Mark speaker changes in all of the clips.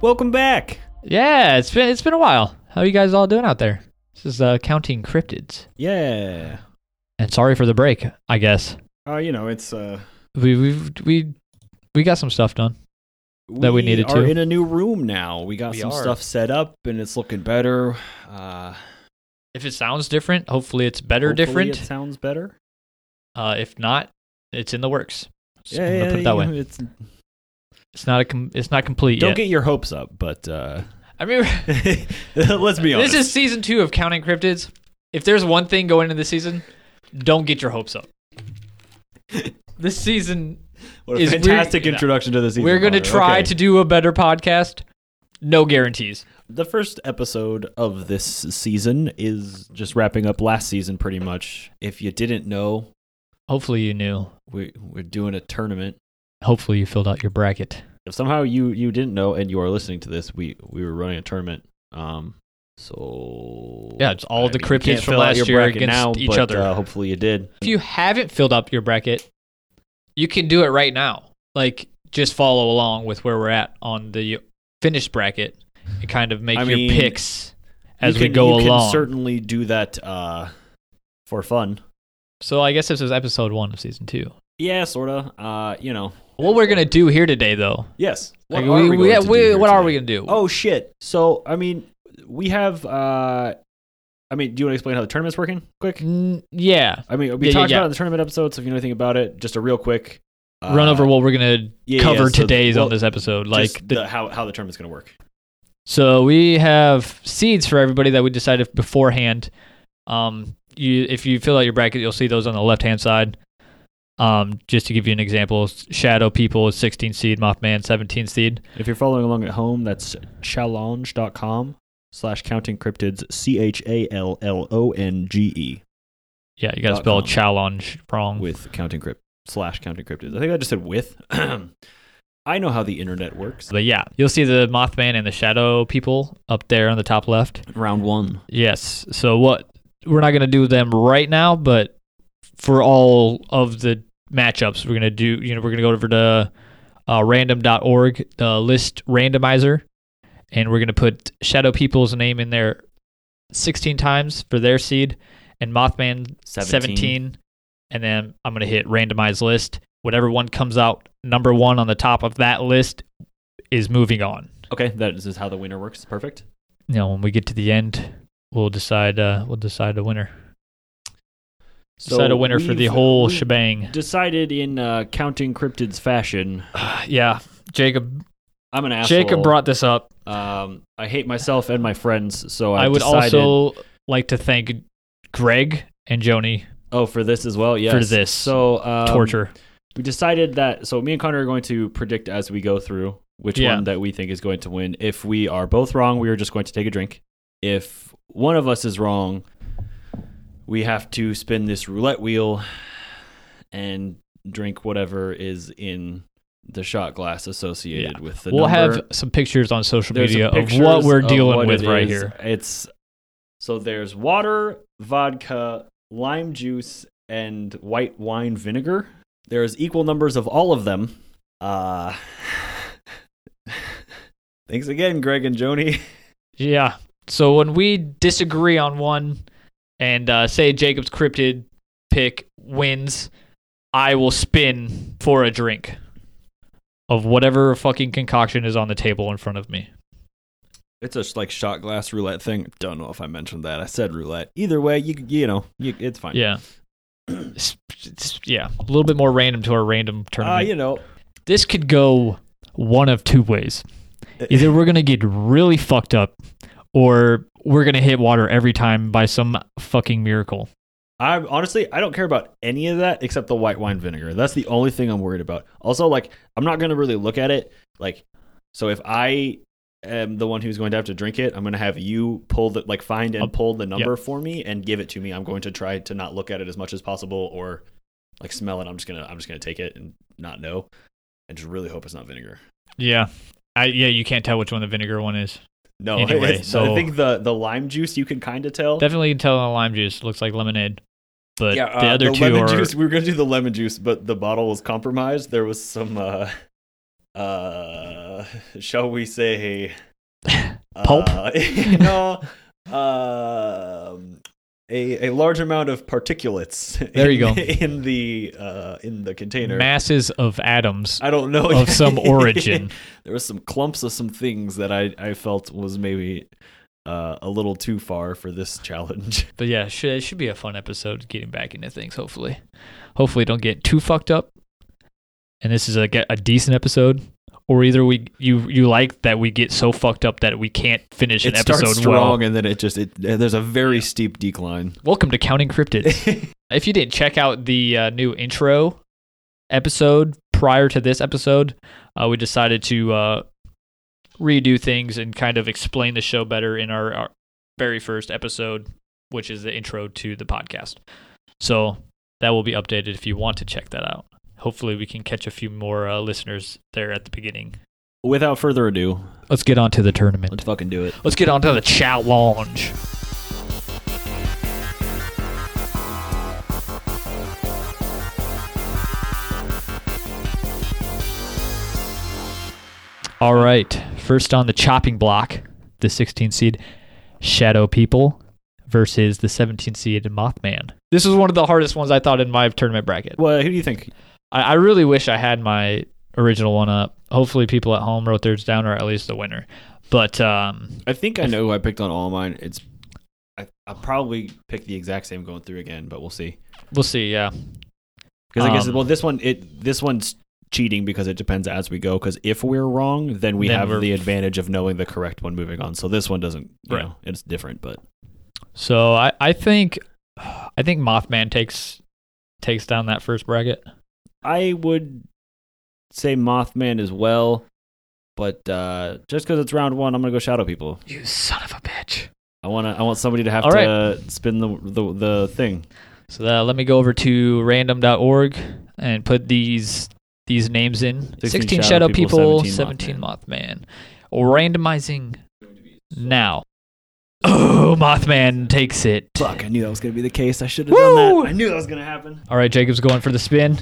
Speaker 1: Welcome back.
Speaker 2: Yeah, it's been it's been a while. How you guys all doing out there? This is uh, counting cryptids.
Speaker 1: Yeah.
Speaker 2: And sorry for the break. I guess
Speaker 1: Oh, you know, it's uh
Speaker 2: we we we we got some stuff done.
Speaker 1: we
Speaker 2: That we needed
Speaker 1: are
Speaker 2: to.
Speaker 1: in a new room now. We got
Speaker 2: We
Speaker 1: some
Speaker 2: are.
Speaker 1: stuff set up and it's looking better. Uh
Speaker 2: If it sounds different, hopefully it's better
Speaker 1: hopefully
Speaker 2: different.
Speaker 1: It sounds better.
Speaker 2: uh, if not, it's in the works. So I'm gonna put it that
Speaker 1: you
Speaker 2: way.
Speaker 1: know, It's,
Speaker 2: It's not a com- it's not complete
Speaker 1: Don't
Speaker 2: yet.
Speaker 1: get your hopes up, but uh
Speaker 2: I mean,
Speaker 1: let's be honest.
Speaker 2: this is season two of counting cryptids. If there's one thing going into this season, don't get your hopes up. this season
Speaker 1: what a
Speaker 2: is-
Speaker 1: fantastic
Speaker 2: we're-
Speaker 1: introduction to the season.
Speaker 2: We're going to
Speaker 1: Connor.
Speaker 2: try
Speaker 1: Okay.
Speaker 2: to do a better podcast. No guarantees.
Speaker 1: The first episode of this season is just wrapping up last season pretty much. If you didn't know,
Speaker 2: Hopefully you knew.
Speaker 1: we we're doing a tournament.
Speaker 2: Hopefully you filled out your bracket.
Speaker 1: if somehow you you didn't know and you are listening to this, we we were running a tournament. Um, so
Speaker 2: Yeah, it's all
Speaker 1: I
Speaker 2: the
Speaker 1: mean, you
Speaker 2: cryptids
Speaker 1: can't
Speaker 2: from
Speaker 1: fill out
Speaker 2: last
Speaker 1: your
Speaker 2: year
Speaker 1: bracket
Speaker 2: against
Speaker 1: now,
Speaker 2: each
Speaker 1: but,
Speaker 2: other.
Speaker 1: Uh, hopefully you did.
Speaker 2: If you haven't filled up your bracket, you can do it right now. Like just follow along with where we're at on the finished bracket and kind of make
Speaker 1: I
Speaker 2: your
Speaker 1: mean,
Speaker 2: picks as
Speaker 1: You
Speaker 2: we
Speaker 1: can-
Speaker 2: go
Speaker 1: you
Speaker 2: along.
Speaker 1: can certainly do that uh, for fun.
Speaker 2: so I guess this is episode 1 of season 2.
Speaker 1: Yeah, sorta. Uh, you know,
Speaker 2: What we're going to do here today though.
Speaker 1: yes. What
Speaker 2: like,
Speaker 1: are
Speaker 2: we,
Speaker 1: we
Speaker 2: we-
Speaker 1: going to do
Speaker 2: we-
Speaker 1: here
Speaker 2: what are
Speaker 1: today?
Speaker 2: we going to do?
Speaker 1: Oh shit! So I mean, we have. Uh, I mean, do you want to explain how the tournament's working, quick?
Speaker 2: Mm, yeah.
Speaker 1: I mean, we
Speaker 2: Yeah, yeah,
Speaker 1: talked
Speaker 2: yeah.
Speaker 1: about it in the tournament episode, so if you know anything about it, just a real quick uh,
Speaker 2: Run over what we're going to
Speaker 1: yeah, yeah,
Speaker 2: cover
Speaker 1: so-
Speaker 2: today's
Speaker 1: well,
Speaker 2: on this episode. Like
Speaker 1: just
Speaker 2: the
Speaker 1: the, how how the tournament's going to work.
Speaker 2: So we have seeds for everybody that we decided beforehand. Um, you, if you fill out your bracket, you'll see those on the left hand side. Um, just to give you an example, Shadow People is 16 seed, Mothman 17 seed.
Speaker 1: If you're following along at home, that's challenge.com slash counting cryptids, C H A L L O N G E,
Speaker 2: Yeah, you got to
Speaker 1: Dot
Speaker 2: spell
Speaker 1: com.
Speaker 2: challenge wrong.
Speaker 1: with counting crypt slash counting cryptids. I think I just said with. I know how the internet works.
Speaker 2: But yeah, you'll see the Mothman and the Shadow People up there on the top left.
Speaker 1: Round one.
Speaker 2: Yes. So what we're not going to do them right now, but for all of the matchups, we're going to do, you know, we're going to go over to uh, random.org, the list randomizer, and we're going to put Shadow People's name in there 16 times for their seed and Mothman 17. And then I'm going to hit randomize list. Whatever one comes out number one on the top of that list is moving on
Speaker 1: Okay, that is how the winner works. Perfect.
Speaker 2: you know, when we get to the end, we'll decide. Uh, we'll decide a winner. decide a winner for the
Speaker 1: we've-
Speaker 2: whole
Speaker 1: we've
Speaker 2: shebang.
Speaker 1: Decided in uh, counting cryptids fashion.
Speaker 2: yeah, Jacob.
Speaker 1: I'm an asshole.
Speaker 2: Jacob brought this up.
Speaker 1: Um, I hate myself and my friends, so i
Speaker 2: I would
Speaker 1: decided,
Speaker 2: also like to thank Greg and Joni
Speaker 1: oh for this as well. Yes.
Speaker 2: for this
Speaker 1: so um,
Speaker 2: torture.
Speaker 1: we decided that so me and connor are going to predict as we go through which
Speaker 2: Yeah.
Speaker 1: one that we think is going to win if we are both wrong we are just going to take a drink if one of us is wrong we have to spin this roulette wheel and drink whatever is in the shot glass associated with the
Speaker 2: We'll
Speaker 1: number.
Speaker 2: have some pictures on social
Speaker 1: There's
Speaker 2: media of
Speaker 1: pictures
Speaker 2: what we're
Speaker 1: of
Speaker 2: dealing
Speaker 1: what
Speaker 2: with
Speaker 1: it
Speaker 2: right
Speaker 1: is.
Speaker 2: here.
Speaker 1: it's so there's water vodka lime juice and white wine vinegar there's equal numbers of all of them uh thanks again greg and joni
Speaker 2: Yeah. So when we disagree on one and uh, say Jacob's cryptid pick wins, I will spin for a drink of whatever fucking concoction is on the table in front of me.
Speaker 1: it's a like shot glass roulette thing don't know if i mentioned that i said roulette either way you you know you, it's fine
Speaker 2: Yeah. S- s- yeah. A little bit more random to our random
Speaker 1: uh,
Speaker 2: tournament.
Speaker 1: you know
Speaker 2: This could go one of two ways. Either we're going to get really fucked up or we're going to hit water every time by some fucking miracle.
Speaker 1: I'm honestly, I don't care about any of that except the white wine vinegar. That's the only thing I'm worried about. Also, like, I'm not going to really look at it. Like, so if I am the one who's going to have to drink it, I'm going to have you pull the, like, find and
Speaker 2: Up.
Speaker 1: pull the number for me and give it to me. I'm going to try to not look at it as much as possible or, like, smell it. I'm just going to, I'm just going to take it and not know and just really hope it's not vinegar.
Speaker 2: Yeah. I, yeah, you can't tell which one the vinegar one is.
Speaker 1: No,
Speaker 2: Anyway,
Speaker 1: it's- I
Speaker 2: so-
Speaker 1: think the, the lime juice you can kind of tell.
Speaker 2: Definitely can tell on the lime juice. Looks like lemonade. But
Speaker 1: yeah,
Speaker 2: the
Speaker 1: uh,
Speaker 2: other
Speaker 1: the
Speaker 2: two
Speaker 1: lemon
Speaker 2: are
Speaker 1: juice. We were gonna do the lemon juice, but the bottle was compromised. There was some uh, uh, uh, shall we say,
Speaker 2: Pulp?
Speaker 1: Uh, no, um, a a large amount of particulates.
Speaker 2: There
Speaker 1: in,
Speaker 2: you go.
Speaker 1: In the uh, in the container.
Speaker 2: Masses of atoms
Speaker 1: I don't know
Speaker 2: of some origin.
Speaker 1: there was some clumps of some things that I I felt was maybe uh, a little too far for this challenge.
Speaker 2: But yeah, should, it should be a fun episode getting back into things, hopefully. Hopefully, don't get too fucked up. And this is like a, a decent episode. Or either we you you like that we get so fucked up that we can't finish an
Speaker 1: it
Speaker 2: episode
Speaker 1: starts strong
Speaker 2: well.
Speaker 1: and then it just it uh, there's a very steep decline.
Speaker 2: Welcome to Counting Cryptids. if you didn't check out the uh, new intro episode prior to this episode, uh, we decided to uh, redo things and kind of explain the show better in our, our very first episode, which is the intro to the podcast. So that will be updated if you want to check that out. Hopefully, we can catch a few more uh, listeners there at the beginning.
Speaker 1: Without further ado,
Speaker 2: Let's get on to the tournament.
Speaker 1: let's fucking do it.
Speaker 2: Let's get on to the challenge. All right. First on the chopping block, the 16 seed Shadow People versus the 17 seed Mothman. This is one of the hardest ones I thought in my tournament bracket.
Speaker 1: Well, who do you think?
Speaker 2: I, I really wish I had my original one up. Hopefully, people at home wrote theirs down, or at least the winner. But um,
Speaker 1: I think I know who I picked on all mine. It's I, I'll probably pick the exact same going through again, but we'll see.
Speaker 2: we'll see. uh, Yeah,
Speaker 1: Because I guess
Speaker 2: Um,
Speaker 1: well, this one it this one's cheating because it depends as we go. Because if we're wrong, then we
Speaker 2: Then
Speaker 1: have
Speaker 2: we're-
Speaker 1: the advantage of knowing the correct one moving on. So this one doesn't. You
Speaker 2: Right.
Speaker 1: know, it's different, but
Speaker 2: So I, I think I think Mothman takes takes down that first bracket.
Speaker 1: I would say Mothman as well. But uh, just because it's round one, I'm gonna go Shadow People.
Speaker 2: You son of a bitch.
Speaker 1: I wanna I want somebody to have
Speaker 2: All
Speaker 1: to spin the the the thing.
Speaker 2: So uh, let me go over to random.org and put these these names in. 16, shadow, people, 17, Mothman. Randomizing now. Oh, Mothman takes it.
Speaker 1: Fuck! I knew that was gonna be the case. I should have
Speaker 2: done that. Woo! I
Speaker 1: knew that was gonna happen.
Speaker 2: All right, Jacob's going for the spin.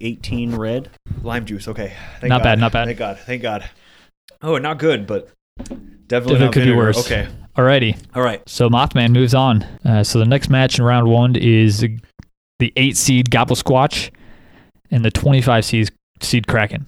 Speaker 1: 18 red. Lime juice. Okay. Thank
Speaker 2: Not
Speaker 1: God.
Speaker 2: bad, not bad.
Speaker 1: Thank God. Thank God. Oh, not good, but definitely
Speaker 2: Definitely
Speaker 1: not
Speaker 2: could be
Speaker 1: vinegar.
Speaker 2: worse.
Speaker 1: Okay.
Speaker 2: Alrighty.
Speaker 1: All right.
Speaker 2: So Mothman moves on. Uh, so the next match in round one is the- the eight seed Gobble Squatch and the twenty five seed seed Kraken.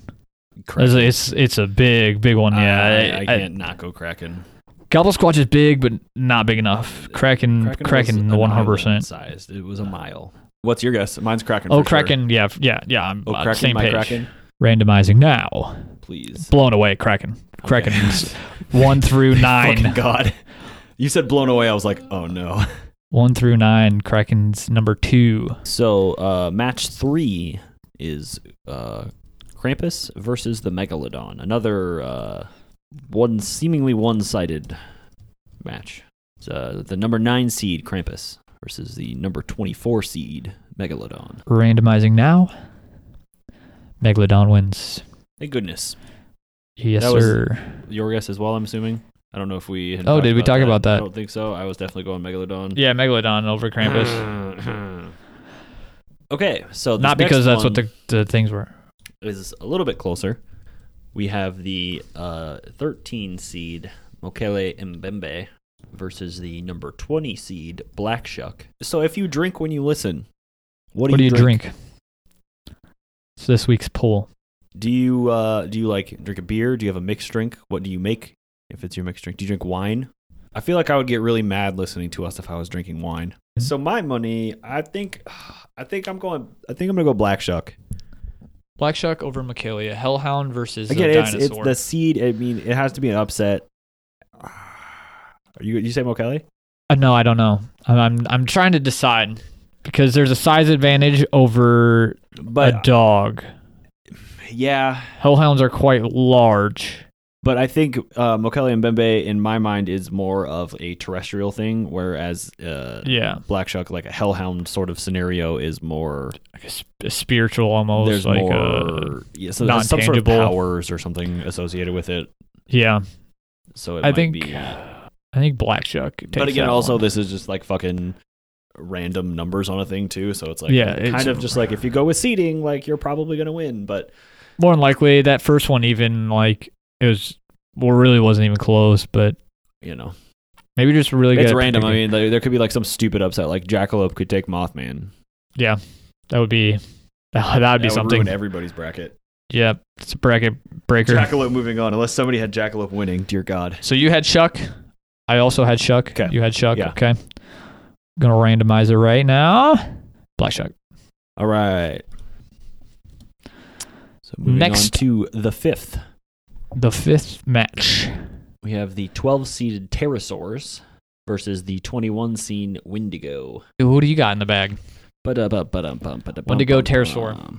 Speaker 2: It's, it's it's a big big one. Yeah,
Speaker 1: I, I can't not go Kraken.
Speaker 2: Gobble Squatch is big, but not big enough. Kraken Mm, Kraken
Speaker 1: was
Speaker 2: one hundred
Speaker 1: an island
Speaker 2: percent.
Speaker 1: Sized. It was a mile. What's your guess? Mine's Kraken.
Speaker 2: Oh
Speaker 1: for sure.
Speaker 2: Kraken, yeah f- yeah yeah. I'm
Speaker 1: Oh,
Speaker 2: on the
Speaker 1: Kraken.
Speaker 2: same
Speaker 1: my
Speaker 2: page.
Speaker 1: Kraken.
Speaker 2: Randomizing now.
Speaker 1: Please.
Speaker 2: Blown away Kraken. Kraken
Speaker 1: Okay.
Speaker 2: one through
Speaker 1: Fucking
Speaker 2: nine.
Speaker 1: God. You said blown away. I was like, oh no.
Speaker 2: One through nine. Kraken's number two.
Speaker 1: So, uh, match three is uh, Krampus versus the Megalodon. Another uh, one seemingly one-sided match. It's, uh, the number nine seed Krampus versus the number twenty-four seed Megalodon.
Speaker 2: Randomizing now. Megalodon wins.
Speaker 1: Thank goodness.
Speaker 2: Yes,
Speaker 1: That was-
Speaker 2: sir.
Speaker 1: Your guess as well. I'm assuming. I don't know if we. Had
Speaker 2: Oh,
Speaker 1: talked
Speaker 2: did we talk about that?
Speaker 1: I don't think so. I was definitely going Megalodon.
Speaker 2: Yeah, Megalodon over Krampus.
Speaker 1: okay, so this
Speaker 2: Not
Speaker 1: next
Speaker 2: because that's
Speaker 1: one-
Speaker 2: what the, the things were.
Speaker 1: is a little bit closer. We have the uh, 13 seed Mokele Mbembe versus the number 20 seed Black Shuck. So if you drink when you listen, what
Speaker 2: What
Speaker 1: do,
Speaker 2: do
Speaker 1: you, drink?
Speaker 2: It's this week's poll.
Speaker 1: Do you uh, do you like drink a beer? Do you have a mixed drink? What do you make if it's your mixed drink? Do you drink wine? I feel like I would get really mad listening to us if I was drinking wine. So my money, I think, I think I'm going. I think I'm gonna go Black Shuck.
Speaker 2: Black Shark over Michaelia. Hellhound versus
Speaker 1: Again,
Speaker 2: a
Speaker 1: it's,
Speaker 2: dinosaur.
Speaker 1: it's the seed. I mean, it has to be an upset. Are you you say Mo Kelly?
Speaker 2: Uh, no, I don't know. I'm, I'm I'm trying to decide because there's a size advantage over a
Speaker 1: But
Speaker 2: dog.
Speaker 1: yeah,
Speaker 2: Hellhounds are quite large.
Speaker 1: but I think uh, Mokele and Bembe in my mind is more of a terrestrial thing, whereas uh,
Speaker 2: Yeah,
Speaker 1: Black Shuck, like a hellhound sort of scenario, is more.
Speaker 2: like a, sp- a spiritual almost.
Speaker 1: there's
Speaker 2: like uh,
Speaker 1: more, yeah, so there's some sort of
Speaker 2: non-tangible.
Speaker 1: powers or something associated with it.
Speaker 2: yeah,
Speaker 1: So it
Speaker 2: I
Speaker 1: might
Speaker 2: think
Speaker 1: be.
Speaker 2: I think Black Shark. Takes
Speaker 1: But again,
Speaker 2: that
Speaker 1: also
Speaker 2: one.
Speaker 1: this is just like fucking random numbers on a thing too. So it's like
Speaker 2: Yeah, it's-
Speaker 1: kind of just like if you go with seeding, like you're probably gonna win. But
Speaker 2: more than likely that first one even like It was well, really wasn't even close, but
Speaker 1: You know,
Speaker 2: maybe just really
Speaker 1: it's
Speaker 2: good. at
Speaker 1: random. I
Speaker 2: picking.
Speaker 1: mean, there there could be like some stupid upset, like Jackalope could take Mothman.
Speaker 2: yeah, that would be that, would be
Speaker 1: That would
Speaker 2: something.
Speaker 1: ruin everybody's bracket.
Speaker 2: yeah, it's a bracket breaker.
Speaker 1: Jackalope moving on, unless somebody had Jackalope winning. Dear God.
Speaker 2: So you had Chuck. I also had Chuck.
Speaker 1: 'Kay.
Speaker 2: You had Chuck.
Speaker 1: Yeah.
Speaker 2: Okay. Gonna randomize it right now. Black Chuck.
Speaker 1: All right. So moving
Speaker 2: Next.
Speaker 1: on to the fifth,
Speaker 2: The fifth match.
Speaker 1: we have the 12 seeded pterosaurs versus the 21 seed Wendigo.
Speaker 2: Who do you got in the bag? Wendigo,
Speaker 1: Wendigo
Speaker 2: pterosaur.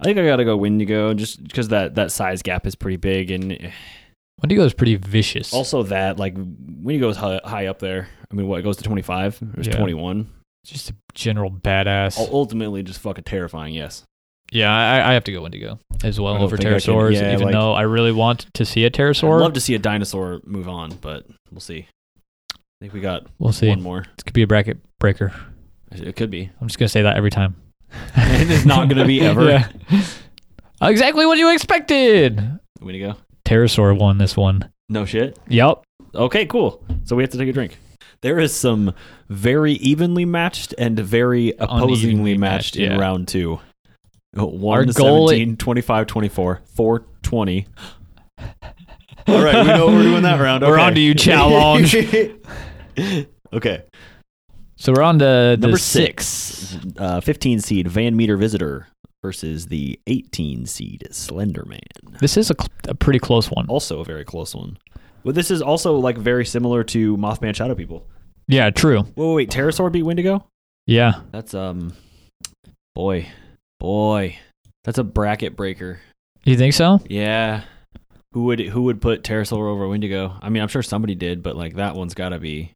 Speaker 1: I think I gotta go Wendigo just because that that size gap is pretty big, and
Speaker 2: Wendigo is pretty vicious.
Speaker 1: also that like Wendigo is high, high up there. I mean, what it goes to twenty five? It was
Speaker 2: Yeah.
Speaker 1: twenty Oh, one.
Speaker 2: just a general badass.
Speaker 1: Ultimately, just fucking terrifying. Yes,
Speaker 2: Yeah, I, I have to go Wendigo as well
Speaker 1: I don't
Speaker 2: over
Speaker 1: think I can-
Speaker 2: pterosaurs,
Speaker 1: yeah,
Speaker 2: even
Speaker 1: like-
Speaker 2: though I really want to see a
Speaker 1: I'd
Speaker 2: pterosaur.
Speaker 1: love to see a dinosaur move on, but we'll see. I think we got
Speaker 2: we'll see.
Speaker 1: one more.
Speaker 2: It could be a bracket breaker.
Speaker 1: It could be.
Speaker 2: I'm just gonna say that every time.
Speaker 1: It is not gonna be ever.
Speaker 2: Yeah. Exactly what you expected.
Speaker 1: Wendigo.
Speaker 2: Pterosaur won this one.
Speaker 1: No shit.
Speaker 2: Yep.
Speaker 1: Okay, cool. So we have to take a drink. There is some very evenly matched and very opposingly
Speaker 2: Unevenly
Speaker 1: matched,
Speaker 2: matched,
Speaker 1: in
Speaker 2: yeah.
Speaker 1: round two. 1
Speaker 2: Our
Speaker 1: to
Speaker 2: goal-
Speaker 1: 17, 25, 24, 420. All right, we know what we're doing that round.
Speaker 2: We're
Speaker 1: Okay.
Speaker 2: on to you, challenge.
Speaker 1: okay.
Speaker 2: So we're on to the
Speaker 1: Number
Speaker 2: six.
Speaker 1: six, uh, 15 seed Van Meter Visitor versus the 18 seed Slenderman.
Speaker 2: This is a, cl- a pretty close one.
Speaker 1: Also a very close one. Well, this is also like very similar to Mothman Shadow People.
Speaker 2: Yeah, true.
Speaker 1: Whoa, wait, wait, Pterosaur beat Wendigo?
Speaker 2: Yeah.
Speaker 1: That's um, boy, boy, that's a bracket breaker.
Speaker 2: You think so?
Speaker 1: Yeah, who would who would put Pterosaur over Wendigo? I mean, I'm sure somebody did, but like that one's got to be.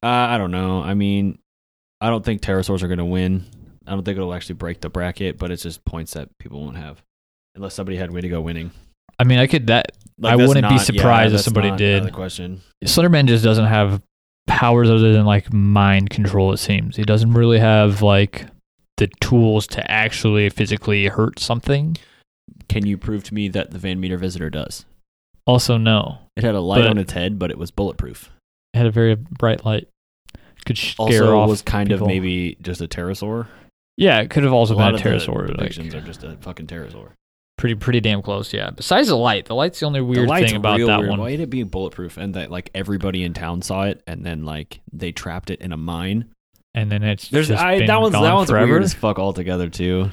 Speaker 1: Uh, I don't know. I mean, I don't think pterosaurs are going to win. I don't think it'll actually break the bracket, but it's just points that people won't have, unless somebody had Wendigo winning.
Speaker 2: I mean, I could that I
Speaker 1: that's
Speaker 2: wouldn't be
Speaker 1: not- yeah,
Speaker 2: surprised if
Speaker 1: that's
Speaker 2: somebody
Speaker 1: not
Speaker 2: did.
Speaker 1: out of The question.
Speaker 2: Slenderman just doesn't have powers other than like mind control. It seems he doesn't really have like the tools to actually physically hurt something.
Speaker 1: Can you prove to me that the Van Meter visitor does?
Speaker 2: Also, no,
Speaker 1: It had a light
Speaker 2: But-
Speaker 1: on its head, but it was bulletproof.
Speaker 2: it had a very bright light. Could scare
Speaker 1: also
Speaker 2: off.
Speaker 1: was kind
Speaker 2: people.
Speaker 1: of maybe just a pterosaur.
Speaker 2: yeah, it could have also
Speaker 1: a
Speaker 2: been
Speaker 1: lot
Speaker 2: a
Speaker 1: of the
Speaker 2: pterosaur. Like,
Speaker 1: predictions are just a fucking pterosaur.
Speaker 2: pretty, pretty damn close. Yeah. Besides the light, the light's the only
Speaker 1: The
Speaker 2: weird
Speaker 1: light's
Speaker 2: thing about
Speaker 1: real
Speaker 2: that
Speaker 1: weird.
Speaker 2: one.
Speaker 1: Why did it be bulletproof? And that like everybody in town saw it, and then like they trapped it in a mine.
Speaker 2: And then it's
Speaker 1: There's
Speaker 2: just
Speaker 1: I,
Speaker 2: been
Speaker 1: that one's
Speaker 2: gone
Speaker 1: that one's
Speaker 2: forever.
Speaker 1: weird as fuck altogether too.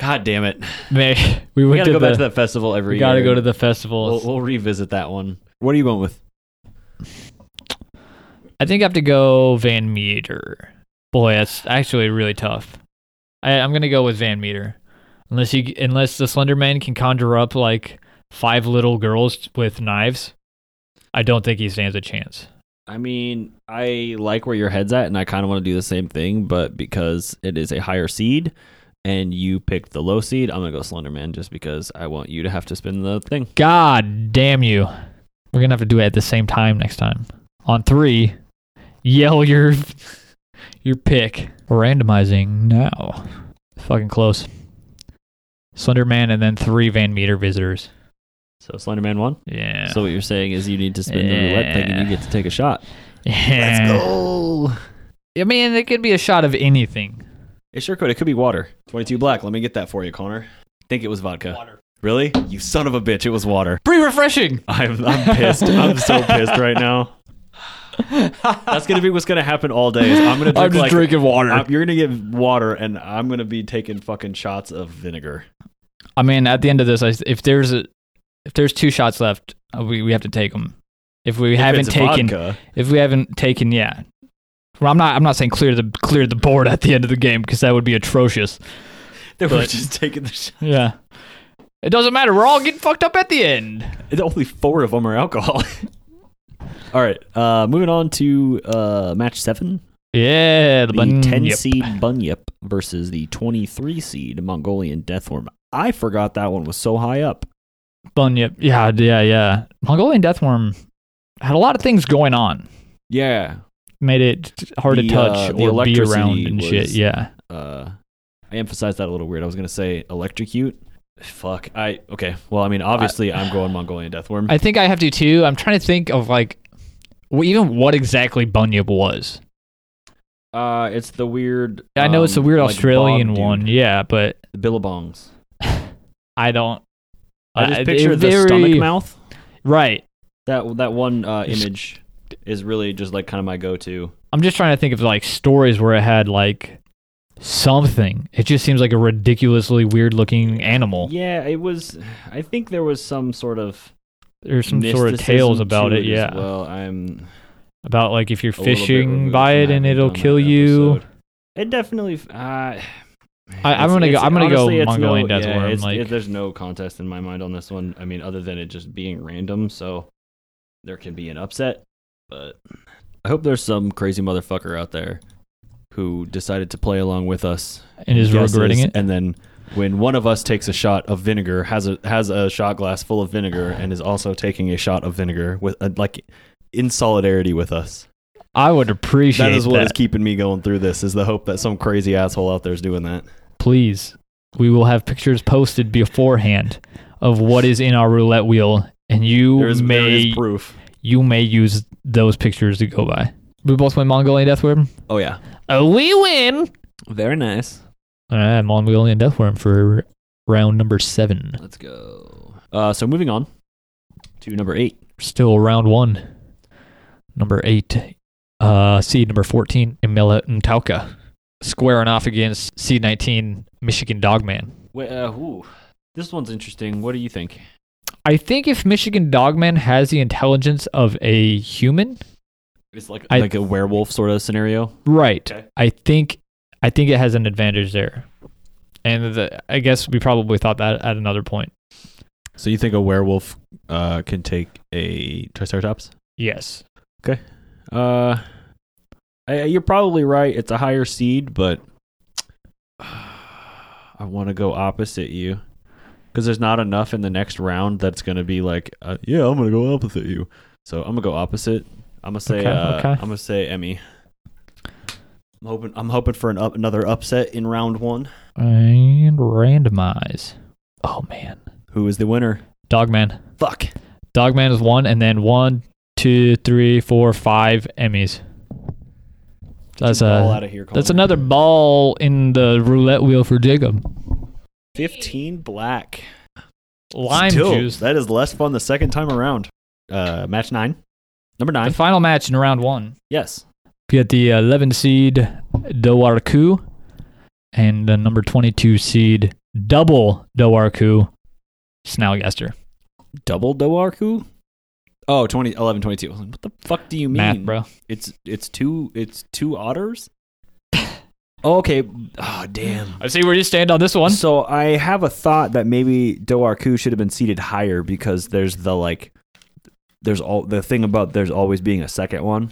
Speaker 1: God damn it!
Speaker 2: May- we
Speaker 1: We
Speaker 2: went
Speaker 1: gotta
Speaker 2: to
Speaker 1: go
Speaker 2: the,
Speaker 1: back to that festival every.
Speaker 2: we gotta
Speaker 1: year.
Speaker 2: go to the festival.
Speaker 1: We'll, we'll revisit that one. What are you going with?
Speaker 2: I think I have to go Van Meter. Boy, that's actually really tough. I, I'm gonna go with Van Meter, unless you unless the Slender Man can conjure up like five little girls with knives. I don't think he stands a chance.
Speaker 1: I mean, I like where your head's at, and I kind of want to do the same thing, but because it is a higher seed and you picked the low seed, I'm going to go Slenderman just because I want you to have to spin the thing.
Speaker 2: God damn you! We're gonna have to do it at the same time next time. On three, yell your your pick. We're randomizing now. Fucking close. Slender Man and then three Van Meter visitors.
Speaker 1: So Slenderman won.
Speaker 2: Yeah.
Speaker 1: So what you're saying is you need to spin the roulette thing and you get to take a shot.
Speaker 2: Yeah.
Speaker 1: go.
Speaker 2: I mean, it could be a shot of anything.
Speaker 1: It sure could. It could be water. 22 black. Let me get that for you, Connor. think it was vodka. Really? You son of a bitch. It was water.
Speaker 2: Pretty refreshing.
Speaker 1: I'm, I'm pissed. I'm so pissed right now. That's going to be what's going to happen all day. is I'm going to drink like
Speaker 2: water.
Speaker 1: I'm- you're gonna get water, and I'm gonna be taking fucking shots of vinegar.
Speaker 2: I mean, at the end of this, I, if there's a, if there's two shots left, uh, we, we have to take them. If we haven't
Speaker 1: If it's
Speaker 2: taken,
Speaker 1: vodka,
Speaker 2: if we haven't taken, yeah. Well, I'm not. I'm not saying clear the clear the board at the end of the game because that would be atrocious.
Speaker 1: then we're
Speaker 2: but-
Speaker 1: just taking the shot.
Speaker 2: Yeah. It doesn't matter. We're all getting fucked up at the end.
Speaker 1: Only four of them are alcohol. All right, uh, moving on to uh, match seven:
Speaker 2: Yeah, the,
Speaker 1: the
Speaker 2: button.
Speaker 1: ten
Speaker 2: Yep.
Speaker 1: seed Bunyip versus the twenty-three seed Mongolian Deathworm. I forgot that one was so high up.
Speaker 2: Bunyip. Yeah, yeah, yeah. Mongolian Deathworm had a lot of things going on.
Speaker 1: Yeah,
Speaker 2: Made it hard
Speaker 1: The,
Speaker 2: to
Speaker 1: uh,
Speaker 2: touch
Speaker 1: the
Speaker 2: or be around
Speaker 1: electricity
Speaker 2: and
Speaker 1: was- Mm-hmm.
Speaker 2: shit. Yeah.
Speaker 1: uh, I emphasized that a little weird. I was gonna say electrocute, Fuck. I okay. Well, I mean, obviously, I, am going Mongolian Deathworm.
Speaker 2: I think I have to too. I'm trying to think of like wh- even what exactly Bunyip was.
Speaker 1: uh, it's the weird.
Speaker 2: I know it's a
Speaker 1: um,
Speaker 2: weird
Speaker 1: like
Speaker 2: Australian
Speaker 1: Bob dude.
Speaker 2: one, yeah, but
Speaker 1: The Billabongs.
Speaker 2: I don't.
Speaker 1: I just
Speaker 2: Uh, it-
Speaker 1: picture
Speaker 2: it
Speaker 1: the stomach
Speaker 2: very-
Speaker 1: mouth.
Speaker 2: Right.
Speaker 1: That that one uh,
Speaker 2: It's-
Speaker 1: image is really just like kind of my go-to.
Speaker 2: I'm just trying to think of like stories where it had like something. It just seems like a ridiculously weird looking animal.
Speaker 1: Yeah, it was. I think there was some sort of
Speaker 2: There's some sort of
Speaker 1: mysticism
Speaker 2: tales about
Speaker 1: to
Speaker 2: it,
Speaker 1: as
Speaker 2: yeah.
Speaker 1: Well, I'm
Speaker 2: About like if you're
Speaker 1: a little bit
Speaker 2: fishing
Speaker 1: removed
Speaker 2: by it
Speaker 1: from
Speaker 2: and
Speaker 1: having
Speaker 2: it'll
Speaker 1: done that
Speaker 2: kill you.
Speaker 1: episode. It definitely. f- Uh,
Speaker 2: I, I'm
Speaker 1: it's-
Speaker 2: gonna go.
Speaker 1: it's-
Speaker 2: I'm gonna
Speaker 1: honestly,
Speaker 2: go
Speaker 1: it's
Speaker 2: Mongolian
Speaker 1: no,
Speaker 2: Deathworm.
Speaker 1: yeah, it's-
Speaker 2: like
Speaker 1: it- there's no contest in my mind on this one. I mean, other than it just being random, so there can be an upset. But I hope there's some crazy motherfucker out there who decided to play along with us
Speaker 2: and is
Speaker 1: guesses,
Speaker 2: regretting it.
Speaker 1: And then when one of us takes a shot of vinegar, has a has a shot glass full of vinegar, and is also taking a shot of vinegar with uh, like in solidarity with us.
Speaker 2: I would appreciate
Speaker 1: that is what
Speaker 2: that.
Speaker 1: is keeping me going through this. Is the hope that some crazy asshole out there is doing that.
Speaker 2: Please, we will have pictures posted beforehand of what is in our roulette wheel, and you
Speaker 1: There is, there is
Speaker 2: may
Speaker 1: proof.
Speaker 2: you may use those pictures to go by. We both went Mongolian Deathworm.
Speaker 1: Oh yeah,
Speaker 2: Oh, we win.
Speaker 1: very nice.
Speaker 2: All right, Mongolian Deathworm for round number seven.
Speaker 1: Let's go. Uh, so moving on to number eight.
Speaker 2: Still round one. Number eight, uh, seed number fourteen, Emila Ntauka, squaring off against seed nineteen, Michigan Dogman.
Speaker 1: Wait, uh, ooh. This one's interesting. What do you think?
Speaker 2: I think if Michigan Dogman has the intelligence of a human,
Speaker 1: It's like
Speaker 2: I-
Speaker 1: like a werewolf sort of scenario.
Speaker 2: right?
Speaker 1: Okay.
Speaker 2: I think I think it has an advantage there, and the, I guess we probably thought that at another point.
Speaker 1: So you think a werewolf uh, can take a triceratops?
Speaker 2: Yes,
Speaker 1: Uh, I, you're probably right. It's a higher seed, but I want to go opposite you because there's not enough in the next round that's going to be like, uh, yeah, I'm going to go opposite you. So I'm going to go opposite. I'm gonna say
Speaker 2: Okay,
Speaker 1: uh,
Speaker 2: okay.
Speaker 1: I'm gonna say Emmy. I'm hoping I'm hoping for an up, another upset in round one.
Speaker 2: and randomize. Oh man,
Speaker 1: Who is the winner?
Speaker 2: Dogman.
Speaker 1: Fuck.
Speaker 2: Dogman is one, and then one, two, three, four, five Emmys. That's
Speaker 1: Ball
Speaker 2: a
Speaker 1: outta here,
Speaker 2: that's
Speaker 1: Connor.
Speaker 2: another ball in the roulette wheel for Jacob.
Speaker 1: fifteen black.
Speaker 2: Lime
Speaker 1: Still,
Speaker 2: juice.
Speaker 1: That is less fun the second time around. Uh, match nine, number
Speaker 2: The
Speaker 1: nine.
Speaker 2: final match in round one.
Speaker 1: Yes.
Speaker 2: We got the 11 seed Dowarku and the number 22 seed double Dowarku Snalgaster.
Speaker 1: Double Doarku. Oh, 20, 11, 22. I was like, What the fuck do you mean?
Speaker 2: Math, bro.
Speaker 1: It's it's two it's two otters. oh, okay. Oh, damn.
Speaker 2: I see where you stand on this one.
Speaker 1: So I have a thought that maybe Doarku should have been seated higher because there's the like there's all the thing about there's always being a second one.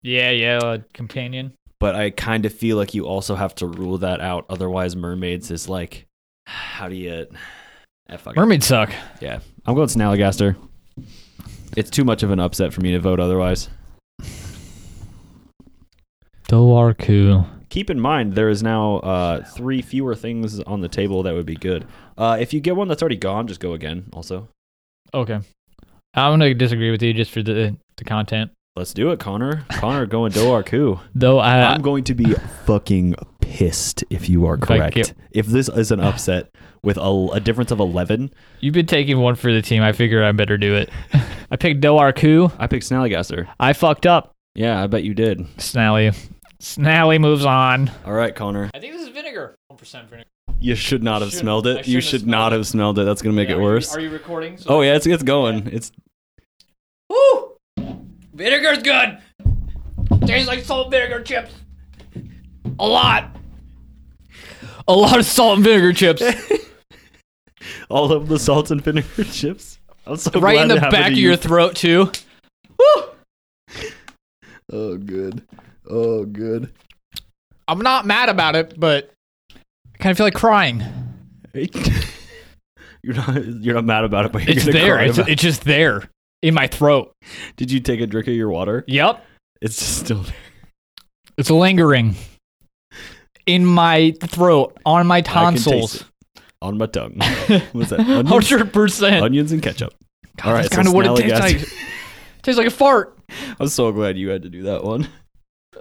Speaker 2: Yeah, yeah, uh, companion.
Speaker 1: but I kind of feel like you also have to rule that out. Otherwise, mermaids is like, how do you? Ah, fuck it.
Speaker 2: Mermaids suck.
Speaker 1: Yeah, I'm going Snallygaster. It's too much of an upset for me to vote otherwise.
Speaker 2: Dowarku.
Speaker 1: Keep in mind, there is now uh, three fewer things on the table that would be good. Uh, if you get one that's already gone, just go again. Also,
Speaker 2: Okay. I'm going to disagree with you just for the, the content.
Speaker 1: let's do it, Connor. Connor going Doarku.
Speaker 2: Though I,
Speaker 1: I'm going to be fucking pissed if you are
Speaker 2: If I
Speaker 1: correct.
Speaker 2: get-
Speaker 1: if this is an upset with a, a difference of 11,
Speaker 2: you've been taking one for the team. I figure I better do it. I picked Dowarku.
Speaker 1: I pick Snallygaster.
Speaker 2: I fucked up.
Speaker 1: Yeah, I bet you did.
Speaker 2: Snally. Snally moves on.
Speaker 1: All right, Connor.
Speaker 2: I think this is vinegar. 1% vinegar.
Speaker 1: You should not have
Speaker 2: Shouldn't-
Speaker 1: smelled
Speaker 2: I
Speaker 1: it. You
Speaker 2: shouldn't
Speaker 1: should
Speaker 2: have
Speaker 1: not
Speaker 2: smelled
Speaker 1: have smelled it. That's gonna make
Speaker 2: Yeah,
Speaker 1: it
Speaker 2: are you-
Speaker 1: worse.
Speaker 2: are you recording? So
Speaker 1: oh yeah, it's it's going. It's
Speaker 2: Woo! Vinegar's good. Tastes like salt vinegar chips. A lot. A lot of salt and vinegar chips.
Speaker 1: all of the salt and vinegar chips. I'm so
Speaker 2: right
Speaker 1: glad
Speaker 2: in the
Speaker 1: it happened
Speaker 2: back
Speaker 1: to
Speaker 2: of
Speaker 1: you.
Speaker 2: your throat too.
Speaker 1: oh good. Oh good.
Speaker 2: I'm not mad about it, but I kind of feel like crying.
Speaker 1: you're not you're not mad about it, but you're
Speaker 2: It's
Speaker 1: gonna
Speaker 2: there.
Speaker 1: cry
Speaker 2: It's,
Speaker 1: about it.
Speaker 2: it's just there in my throat.
Speaker 1: Did you take a drink of your water?
Speaker 2: Yep.
Speaker 1: It's just still there.
Speaker 2: It's lingering in my throat, on my
Speaker 1: I can taste
Speaker 2: tonsils.
Speaker 1: it. on my tongue. What's that?
Speaker 2: Oh,
Speaker 1: Onions,
Speaker 2: Hundred percent.
Speaker 1: onions and ketchup.
Speaker 2: All right, that's kind of what it
Speaker 1: Snally
Speaker 2: tastes
Speaker 1: got-
Speaker 2: like. tastes like a fart.
Speaker 1: I'm so glad you had to do that one.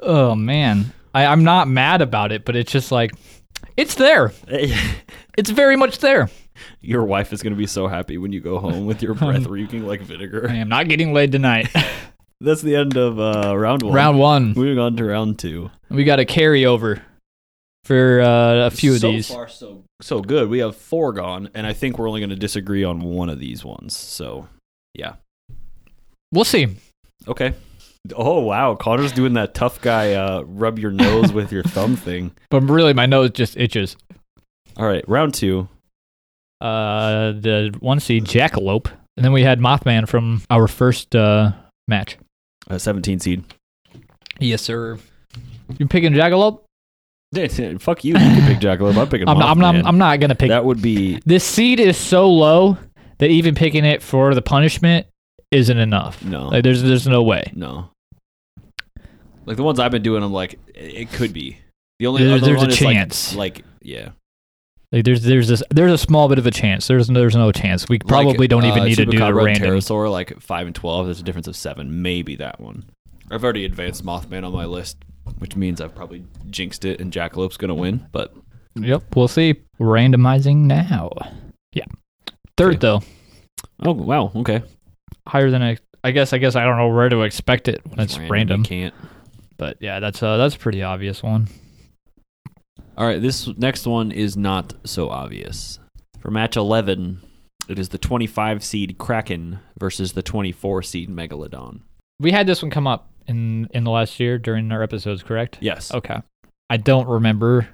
Speaker 2: Oh man, I, I'm not mad about it, but it's just like, it's there. It's very much there.
Speaker 1: Your wife is going to be so happy when you go home with your breath reeking like
Speaker 2: I
Speaker 1: vinegar.
Speaker 2: am not getting laid tonight.
Speaker 1: That's the end of uh, round one.
Speaker 2: Round one,
Speaker 1: Moving on to round two.
Speaker 2: we got a carryover for uh, a few of
Speaker 1: so
Speaker 2: these.
Speaker 1: far, so so good. We have four gone, and I think we're only going to disagree on one of these ones. So
Speaker 2: We'll see.
Speaker 1: okay. Oh wow, Connor's doing that tough guy. Uh, rub your nose with your thumb thing.
Speaker 2: But really, my nose just itches.
Speaker 1: All right, round two.
Speaker 2: Uh, the one seed Jackalope, and then we had Mothman from our first uh, match.
Speaker 1: Uh, Seventeen seed.
Speaker 2: Yes, sir. You picking Jackalope?
Speaker 1: Fuck you. You can pick Jackalope. I'm picking.
Speaker 2: I'm not, I'm not.
Speaker 1: Mothman.
Speaker 2: I'm not gonna pick.
Speaker 1: That would be
Speaker 2: This seed is so low that even picking it for the punishment isn't enough.
Speaker 1: no,
Speaker 2: Like, there's there's no way.
Speaker 1: no. Like the ones I've been doing, I'm like, it it could be. The only
Speaker 2: There-
Speaker 1: other
Speaker 2: there's
Speaker 1: one
Speaker 2: a
Speaker 1: is like-
Speaker 2: chance.
Speaker 1: Like, yeah,
Speaker 2: Like there's there's this there's a small bit of a chance. There's no, there's no chance. We probably
Speaker 1: Like,
Speaker 2: don't
Speaker 1: uh,
Speaker 2: even need to do the
Speaker 1: Chupacabra and
Speaker 2: random.
Speaker 1: pterosaur like five and twelve. There's a difference of seven. Maybe that one. I've already advanced Mothman on my list, which means I've probably jinxed it, and Jackalope's gonna win. But
Speaker 2: Yep, we'll see. Randomizing now. Yeah. Third
Speaker 1: Okay.
Speaker 2: though,
Speaker 1: oh wow, okay,
Speaker 2: higher than I. I guess I guess I don't know where to expect it when it's
Speaker 1: You
Speaker 2: random.
Speaker 1: can't.
Speaker 2: But yeah, that's uh that's a pretty obvious one.
Speaker 1: All right, this next one is not so obvious. For match 11, it is the 25 seed Kraken versus the 24 seed Megalodon.
Speaker 2: We had this one come up in in the last year during our episodes, correct?
Speaker 1: Yes.
Speaker 2: Okay. I don't remember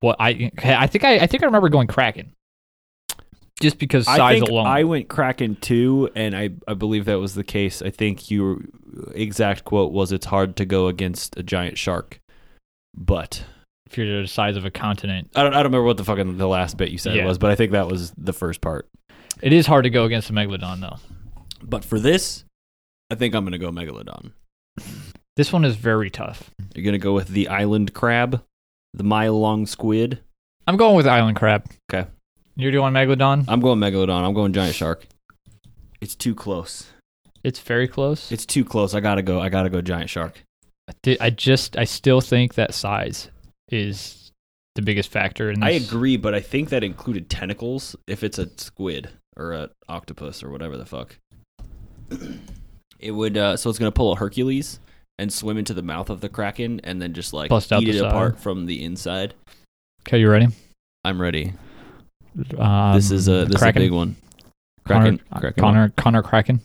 Speaker 2: what I I think I I think I remember going Kraken. Just because size
Speaker 1: I think
Speaker 2: alone.
Speaker 1: I went Kraken 2, and I, I believe that was the case. I think your exact quote was, It's hard to go against a giant shark. But
Speaker 2: if you're the size of a continent,
Speaker 1: I don't, I don't remember what the fucking the last bit you said
Speaker 2: Yeah.
Speaker 1: was, but I think that was the first part.
Speaker 2: it is hard to go against a megalodon though.
Speaker 1: But for this, I think I'm going to go Megalodon.
Speaker 2: This one is very tough.
Speaker 1: You're going to go with the island crab, the mile long squid,
Speaker 2: I'm going with island crab.
Speaker 1: Okay. Uh,
Speaker 2: You're doing megalodon.
Speaker 1: I'm going Megalodon. I'm going Giant Shark. It's too close.
Speaker 2: It's very close.
Speaker 1: It's too close. I gotta go. I gotta go Giant Shark.
Speaker 2: I di- I just I still think that size is the biggest factor in this.
Speaker 1: I agree, but I think that included tentacles if it's a squid or a octopus or whatever the fuck. It would uh, so it's gonna pull a Hercules and swim into the mouth of the Kraken and then just like
Speaker 2: Bust out
Speaker 1: eat
Speaker 2: the
Speaker 1: it
Speaker 2: side.
Speaker 1: apart from the inside.
Speaker 2: Okay, you ready?
Speaker 1: I'm ready.
Speaker 2: Um,
Speaker 1: this is a this
Speaker 2: Kraken.
Speaker 1: is a big one.
Speaker 2: Connor,
Speaker 1: Kraken,
Speaker 2: uh,
Speaker 1: Kraken won.
Speaker 2: Connor, Connor Kraken.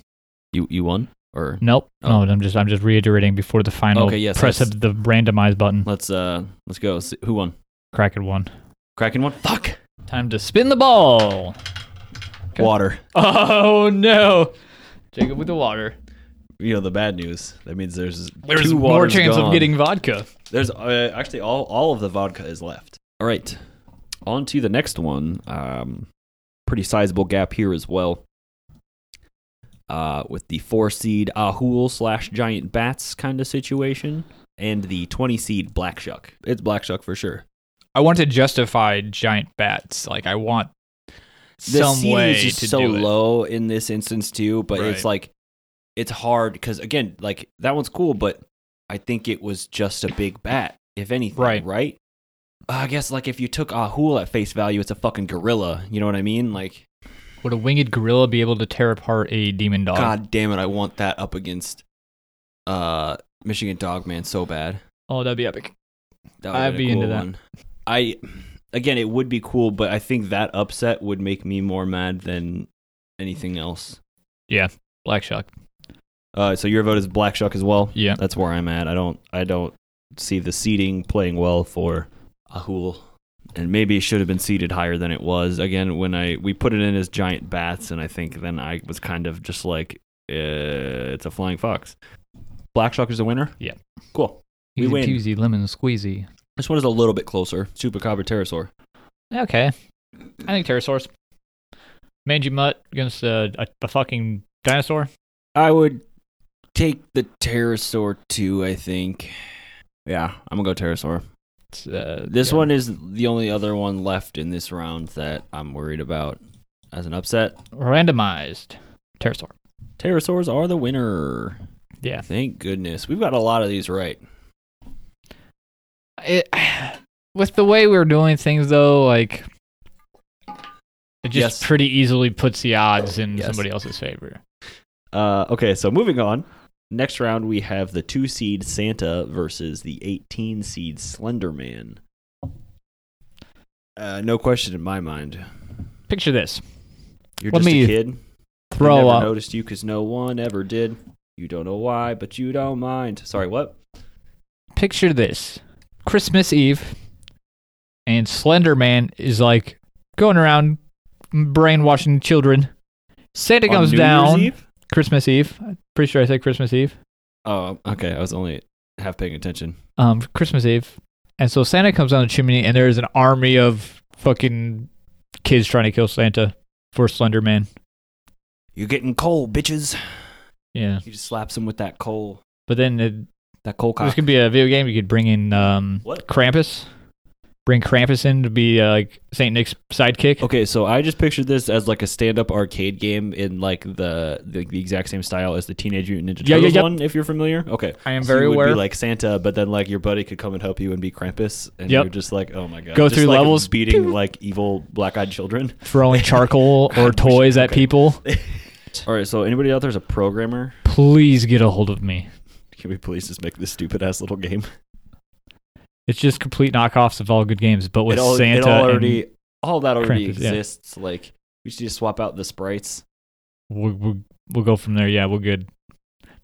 Speaker 1: you you won or
Speaker 2: Nope.
Speaker 1: Oh.
Speaker 2: No, I'm just I'm just reiterating before the final
Speaker 1: Okay, yes,
Speaker 2: press
Speaker 1: yes.
Speaker 2: of the randomize button.
Speaker 1: let's uh let's go. See- Who won?
Speaker 2: Kraken one.
Speaker 1: Kraken won. Fuck
Speaker 2: Time to spin the ball. Okay.
Speaker 1: water.
Speaker 2: Oh no. Jacob with the water.
Speaker 1: you know the bad news. That means there's
Speaker 2: There's
Speaker 1: two
Speaker 2: more
Speaker 1: waters
Speaker 2: chance
Speaker 1: gone.
Speaker 2: of getting vodka.
Speaker 1: There's uh, actually all all of the vodka is left. All right, on to the next one. Um, pretty sizable gap here as well. Uh, with the four seed Ahul slash giant bats kind of situation, and the twenty seed Black Shuck. It's Black Shuck for sure.
Speaker 2: I want to justify giant bats. Like I want
Speaker 1: the seating is just so low in this instance too but it's
Speaker 2: Right.
Speaker 1: like it's hard because again like that one's cool but i think it was just a big bat if anything right
Speaker 2: Right.
Speaker 1: right Uh, i guess like if you took ahul at face value it's a fucking gorilla you know what i mean like
Speaker 2: Would a winged gorilla be able to tear apart a demon dog?
Speaker 1: god damn it i want that up against uh michigan dog man so bad
Speaker 2: Oh, that'd be epic.
Speaker 1: That would've
Speaker 2: I'd
Speaker 1: been a
Speaker 2: be into
Speaker 1: cool
Speaker 2: that.
Speaker 1: one. I again, it would be cool, but I think that upset would make me more mad than anything else.
Speaker 2: Black Shark.
Speaker 1: Uh, so your vote is Black Shuck as well.
Speaker 2: Yeah.
Speaker 1: That's where I'm at. I don't. I don't see the seating playing well for Ahul, and maybe it should have been seated higher than it was. Again, when I we put it in as giant bats, and I think then I was kind of just like, eh, it's a flying fox. Black Shuck is the winner.
Speaker 2: Yeah.
Speaker 1: Cool. We
Speaker 2: Easy
Speaker 1: win.
Speaker 2: peasy lemon squeezy.
Speaker 1: This one is a little bit closer. Chupacabra pterosaur.
Speaker 2: Okay. I think pterosaurs. Mangy mutt against a, a, a fucking dinosaur.
Speaker 1: I would take the pterosaur too. I think. Yeah, I'm gonna go pterosaur.
Speaker 2: It's, uh,
Speaker 1: This
Speaker 2: yeah.
Speaker 1: one is the only other one left in this round that I'm worried about as an upset.
Speaker 2: randomized pterosaur.
Speaker 1: Pterosaurs are the winner.
Speaker 2: Yeah,
Speaker 1: Thank goodness. We've got a lot of these right.
Speaker 2: it, with the way we're doing things though, like it just
Speaker 1: Yes.
Speaker 2: pretty easily puts the odds in
Speaker 1: Yes.
Speaker 2: somebody else's favor.
Speaker 1: Uh, okay, so moving on. Next round, we have the two seed Santa versus the 18 seed Slenderman. Uh, no question in my mind.
Speaker 2: Picture this:
Speaker 1: You're
Speaker 2: Let
Speaker 1: just
Speaker 2: me
Speaker 1: a kid. I
Speaker 2: throw
Speaker 1: never
Speaker 2: up.
Speaker 1: noticed you because no one ever did. You don't know why, but you don't mind. Sorry, what?
Speaker 2: Picture this: Christmas Eve, and Slender Man is like going around brainwashing children. Santa
Speaker 1: On
Speaker 2: comes
Speaker 1: New Year's
Speaker 2: down
Speaker 1: Eve?
Speaker 2: Christmas Eve. Pretty sure I said Christmas Eve.
Speaker 1: Oh, okay. I was only half paying attention.
Speaker 2: um, Christmas Eve. And so Santa comes down the chimney, and there's an army of fucking kids trying to kill Santa for Slender Man.
Speaker 1: You're getting coal, bitches.
Speaker 2: Yeah.
Speaker 1: He just slaps him with that coal.
Speaker 2: But then it,
Speaker 1: That coal
Speaker 2: there's
Speaker 1: cock.
Speaker 2: going to be a video game. You could bring in um,
Speaker 1: What?
Speaker 2: Krampus. Bring Krampus in to be uh, like St. Nick's sidekick.
Speaker 1: Okay, so I just pictured this as like a stand-up arcade game in like the the, the exact same style as the Teenage Mutant Ninja Turtles
Speaker 2: Yeah, yeah, yep.
Speaker 1: one, if you're familiar. Okay,
Speaker 2: I am
Speaker 1: So
Speaker 2: very
Speaker 1: you would
Speaker 2: aware.
Speaker 1: Be like Santa, but then like your buddy could come and help you and be Krampus, and
Speaker 2: Yep.
Speaker 1: you're just like, oh my god,
Speaker 2: Go
Speaker 1: Just,
Speaker 2: through
Speaker 1: like,
Speaker 2: levels.
Speaker 1: beating like evil black-eyed children.
Speaker 2: throwing charcoal or toys at
Speaker 1: okay.
Speaker 2: people.
Speaker 1: All right, so anybody out there's a programmer?
Speaker 2: Please get a hold of me.
Speaker 1: Can we please just make this stupid ass little game?
Speaker 2: It's just complete knockoffs of all good games, but with
Speaker 1: it all,
Speaker 2: Santa.
Speaker 1: it all already, all that already
Speaker 2: Krampus, yeah.
Speaker 1: exists. Like we should just swap out the sprites.
Speaker 2: and we'll, we'll, we'll go from there. Yeah, we're good.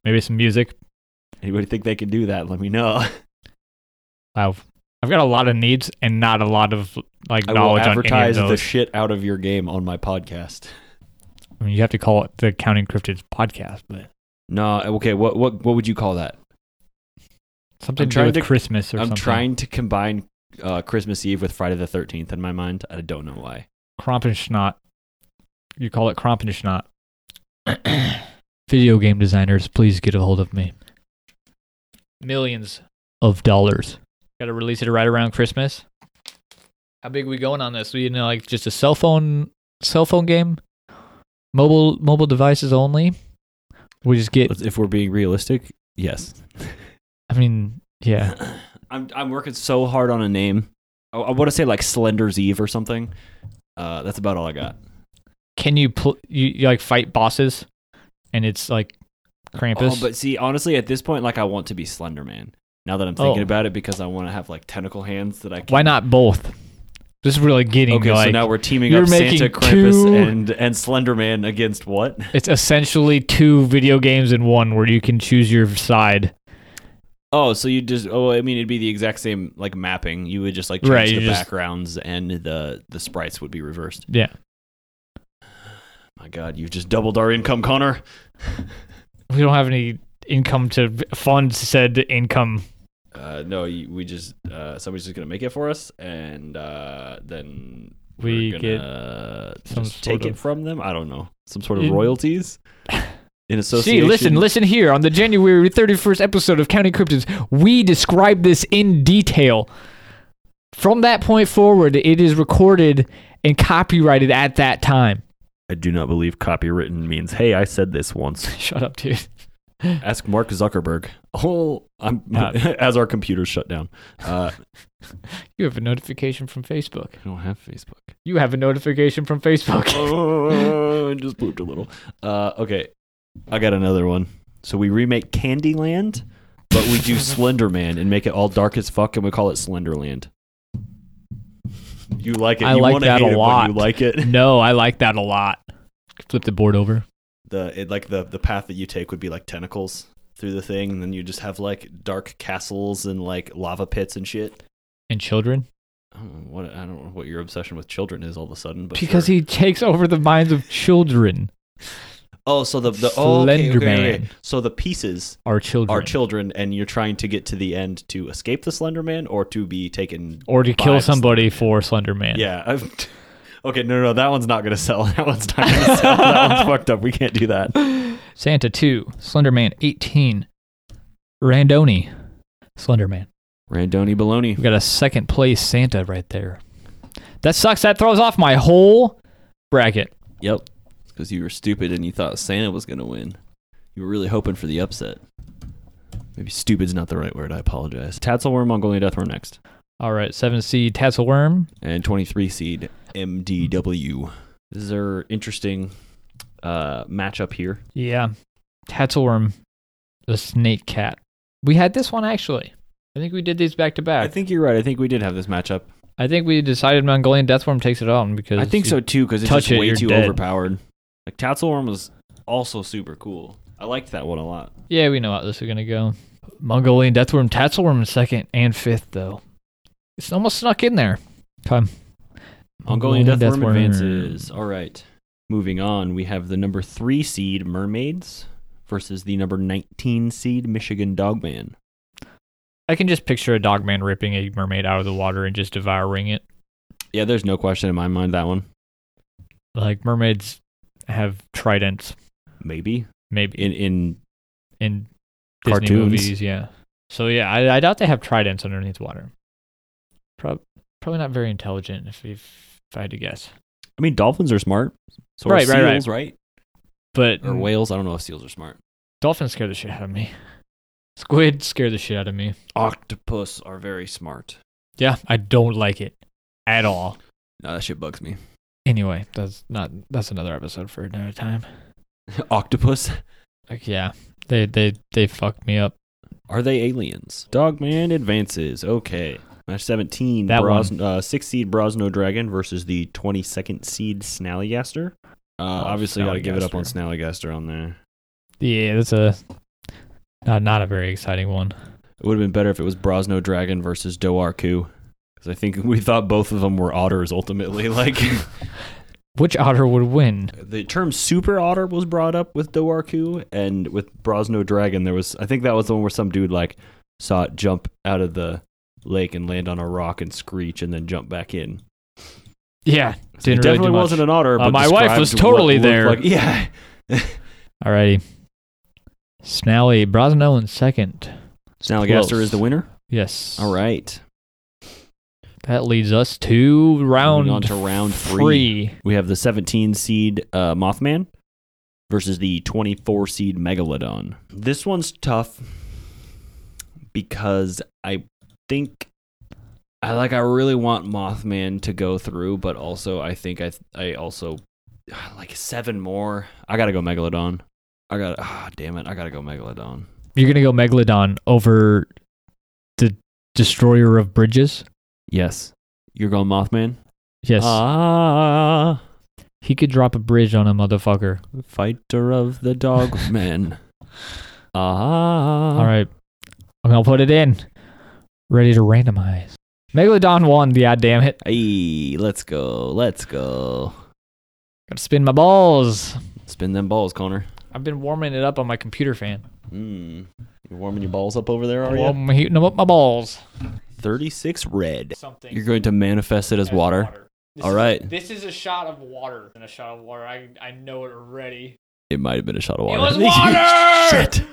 Speaker 2: Maybe some music.
Speaker 1: Anybody think they can do that? Let me know.
Speaker 2: Wow. I've got a lot of needs and not a lot of like
Speaker 1: I will
Speaker 2: knowledge on any of
Speaker 1: advertise the
Speaker 2: those.
Speaker 1: shit out of your game on my podcast.
Speaker 2: I mean, you have to call it the Counting Cryptids podcast, but
Speaker 1: No, okay. What what what would you call that?
Speaker 2: something
Speaker 1: I'm
Speaker 2: to do
Speaker 1: trying
Speaker 2: with
Speaker 1: to-
Speaker 2: Christmas or
Speaker 1: I'm
Speaker 2: something.
Speaker 1: trying to combine uh, Christmas Eve with Friday the Thirteenth in my mind. I don't know why.
Speaker 2: Krampenschnot. You call it Krampenschnot. Video game designers, please get a hold of me. Millions of dollars. Got to release it right around Christmas. How big we going on this? We you know like just a cell phone cell phone game, mobile mobile devices only. We just get.
Speaker 1: Let's- if we're being realistic, yes.
Speaker 2: I mean, yeah.
Speaker 1: I'm I'm working so hard on a name. I, I want to say like Slender's Eve or something. Uh, that's about all I got.
Speaker 2: Can you pl- you, you like fight bosses? And it's like
Speaker 1: Oh,
Speaker 2: Krampus.
Speaker 1: but see, honestly, at this point, like I want to be Slender Man. Now that I'm thinking
Speaker 2: Oh.
Speaker 1: about it, because I want to have like tentacle hands that I can.
Speaker 2: Why not both? This is really getting
Speaker 1: Okay,
Speaker 2: like
Speaker 1: so now we're teaming
Speaker 2: you're
Speaker 1: up Santa,
Speaker 2: making
Speaker 1: Krampus,
Speaker 2: two-
Speaker 1: and and Slender Man against what?
Speaker 2: it's essentially two video games in one where you can choose your side.
Speaker 1: Oh, so you just oh, I mean it'd be the exact same like mapping. You would just like change
Speaker 2: Right,
Speaker 1: the
Speaker 2: you just-
Speaker 1: backgrounds and the the sprites would be reversed.
Speaker 2: Yeah.
Speaker 1: My god, you've just doubled our income, Connor.
Speaker 2: We don't have any income to fund said income.
Speaker 1: Uh no, you, we just uh somebody's just going to make it for us and uh then
Speaker 2: We
Speaker 1: we're
Speaker 2: get
Speaker 1: gonna
Speaker 2: some
Speaker 1: just
Speaker 2: sort
Speaker 1: take it
Speaker 2: of-
Speaker 1: from them. I don't know. Some sort of
Speaker 2: In-
Speaker 1: royalties in
Speaker 2: See,
Speaker 1: association.
Speaker 2: listen, listen here. On the January 31st episode of Counting Cryptids, we describe this in detail. From that point forward, it is recorded and copyrighted at that time.
Speaker 1: I do not believe copywritten means hey, I said this once.
Speaker 2: Shut up, dude.
Speaker 1: Ask Mark Zuckerberg. Oh, I'm
Speaker 2: Uh,
Speaker 1: as our computers shut down. Uh,
Speaker 2: You have a notification from Facebook.
Speaker 1: I don't have Facebook.
Speaker 2: You have a notification from Facebook.
Speaker 1: oh, I just pooped a little. Uh, okay, I got another one. So we remake Candyland, but we do Slenderman and make it all dark as fuck, and we call it Slenderland. You like it?
Speaker 2: I
Speaker 1: you
Speaker 2: like
Speaker 1: wanna
Speaker 2: that
Speaker 1: hate
Speaker 2: a
Speaker 1: it, but
Speaker 2: lot.
Speaker 1: You like it?
Speaker 2: no, I like that a lot. Flip the board over.
Speaker 1: The it, like the the path that you take would be like tentacles through the thing, and then you just have like dark castles and like lava pits and shit.
Speaker 2: And children.
Speaker 1: I don't know what I don't know what your obsession with children is all of a sudden, but
Speaker 2: because
Speaker 1: sure.
Speaker 2: he takes over the minds of children.
Speaker 1: oh, so the the oh, okay, okay, okay.
Speaker 2: Slenderman.
Speaker 1: so the pieces
Speaker 2: Our children.
Speaker 1: are children and you're trying to get to the end to escape the slender man or to be taken
Speaker 2: Or to kill
Speaker 1: Vibes.
Speaker 2: somebody for Slender Man.
Speaker 1: yeah I've, okay no, no no that one's not gonna sell that one's not gonna sell that one's fucked up we can't do that
Speaker 2: Santa 2, Slender Man 18, Randoni, Slender Man.
Speaker 1: Randoni baloney.
Speaker 2: We got a second place Santa right there. That sucks. That throws off my whole bracket.
Speaker 1: Yep. Because you were stupid and you thought Santa was going to win. You were really hoping for the upset. Maybe stupid's not the right word. I apologize. Tatzelworm, Mongolian Deathworm next.
Speaker 2: All right, seven seed Tassel Worm.
Speaker 1: And 23 seed MDW. This is our interesting uh, matchup here.
Speaker 2: Yeah, Tassel Worm, the snake cat. We had this one actually. I think we did these back to
Speaker 1: I
Speaker 2: back.
Speaker 1: think you're right. I think we did have this matchup.
Speaker 2: I think we decided Mongolian Deathworm takes it on because
Speaker 1: I think so too because it's
Speaker 2: touch
Speaker 1: just
Speaker 2: it,
Speaker 1: way
Speaker 2: you're
Speaker 1: too
Speaker 2: dead.
Speaker 1: overpowered. Like Tatzelworm was also super cool. I liked that one a lot.
Speaker 2: Yeah, we know how this is gonna go. Mongolian Deathworm, Tatzelworm in second and fifth though. It's almost snuck in there. Okay.
Speaker 1: Mongolian Deathworm advances. All right. Moving on, we have the number three seed Mermaids versus the number 19 seed Michigan Dogman.
Speaker 2: I can just picture a dogman ripping a mermaid out of the water and just devouring it.
Speaker 1: Yeah, there's no question in my mind that one.
Speaker 2: Like mermaids have tridents,
Speaker 1: Maybe
Speaker 2: maybe
Speaker 1: in in
Speaker 2: in Disney
Speaker 1: Cartoons.
Speaker 2: movies. Yeah. So yeah, I, I doubt they have tridents underneath water. Prob- probably not very intelligent, if, if if I had to guess.
Speaker 1: I mean dolphins are smart. So are
Speaker 2: Right, right, Mm. right.
Speaker 1: seals, right,
Speaker 2: But
Speaker 1: Or whales. I don't know if seals are smart.
Speaker 2: dolphins scare the shit out of me. Squid scare the shit out of me.
Speaker 1: Octopus are very smart.
Speaker 2: Yeah, I don't like it at all.
Speaker 1: No, that shit bugs me.
Speaker 2: Anyway, that's not that's another episode for another time.
Speaker 1: Octopus?
Speaker 2: Like yeah, they they they fucked me up.
Speaker 1: Are they aliens? Dogman advances. Okay. Match 17,
Speaker 2: That
Speaker 1: Bros- uh, 6 seed Brosno Dragon versus the 22nd seed Snallygaster. Uh, obviously, got to give it up on Snallygaster on there.
Speaker 2: Yeah, that's a not not a very exciting one.
Speaker 1: It would have been better if it was Brosno Dragon versus Doarku. Because I think we thought both of them were otters ultimately. Like
Speaker 2: Which otter would win?
Speaker 1: the term super otter was brought up with Doarku, and with Brosno Dragon, there was I think that was the one where some dude like saw it jump out of the lake and land on a rock and screech, and then jump back in.
Speaker 2: Yeah,
Speaker 1: So
Speaker 2: didn't
Speaker 1: it
Speaker 2: really
Speaker 1: definitely
Speaker 2: do much.
Speaker 1: wasn't an otter.
Speaker 2: Uh,
Speaker 1: But
Speaker 2: my wife was
Speaker 1: described what
Speaker 2: totally
Speaker 1: looked
Speaker 2: there.
Speaker 1: Like, yeah,
Speaker 2: Alrighty. Snally Brosno in second.
Speaker 1: Snallygaster is the winner.
Speaker 2: Yes.
Speaker 1: All right,
Speaker 2: That leads us to round
Speaker 1: Moving on to round three.
Speaker 2: three.
Speaker 1: We have the 17 seed uh, Mothman versus the 24 seed Megalodon. This one's tough because I think I like I really want Mothman to go through, but also I think I I also like seven more. I gotta go Megalodon. I got to ah damn it. I gotta go Megalodon.
Speaker 2: You're gonna go Megalodon over the Destroyer of Bridges.
Speaker 1: Yes, you're going Mothman.
Speaker 2: Yes.
Speaker 1: Uh-huh. Ah,
Speaker 2: he could drop a bridge on a motherfucker.
Speaker 1: fighter of the dog men. Ah,
Speaker 2: All right. I'm gonna put it in. Ready to randomize. Megalodon won. Yeah, damn it.
Speaker 1: Hey, let's go, let's go.
Speaker 2: Gotta spin my balls.
Speaker 1: Spin them balls, Connor.
Speaker 2: I've been warming it up on my computer fan.
Speaker 1: Mm. You're warming your balls up over there, are you?
Speaker 2: I'm heating them up my balls.
Speaker 1: Thirty-six red.
Speaker 2: Something.
Speaker 1: You're going to manifest it as water. All right.
Speaker 2: This is a shot of water and a shot of water. I I know it already.
Speaker 1: It might have been a shot of
Speaker 2: It
Speaker 1: water.
Speaker 2: was water.
Speaker 1: Shit.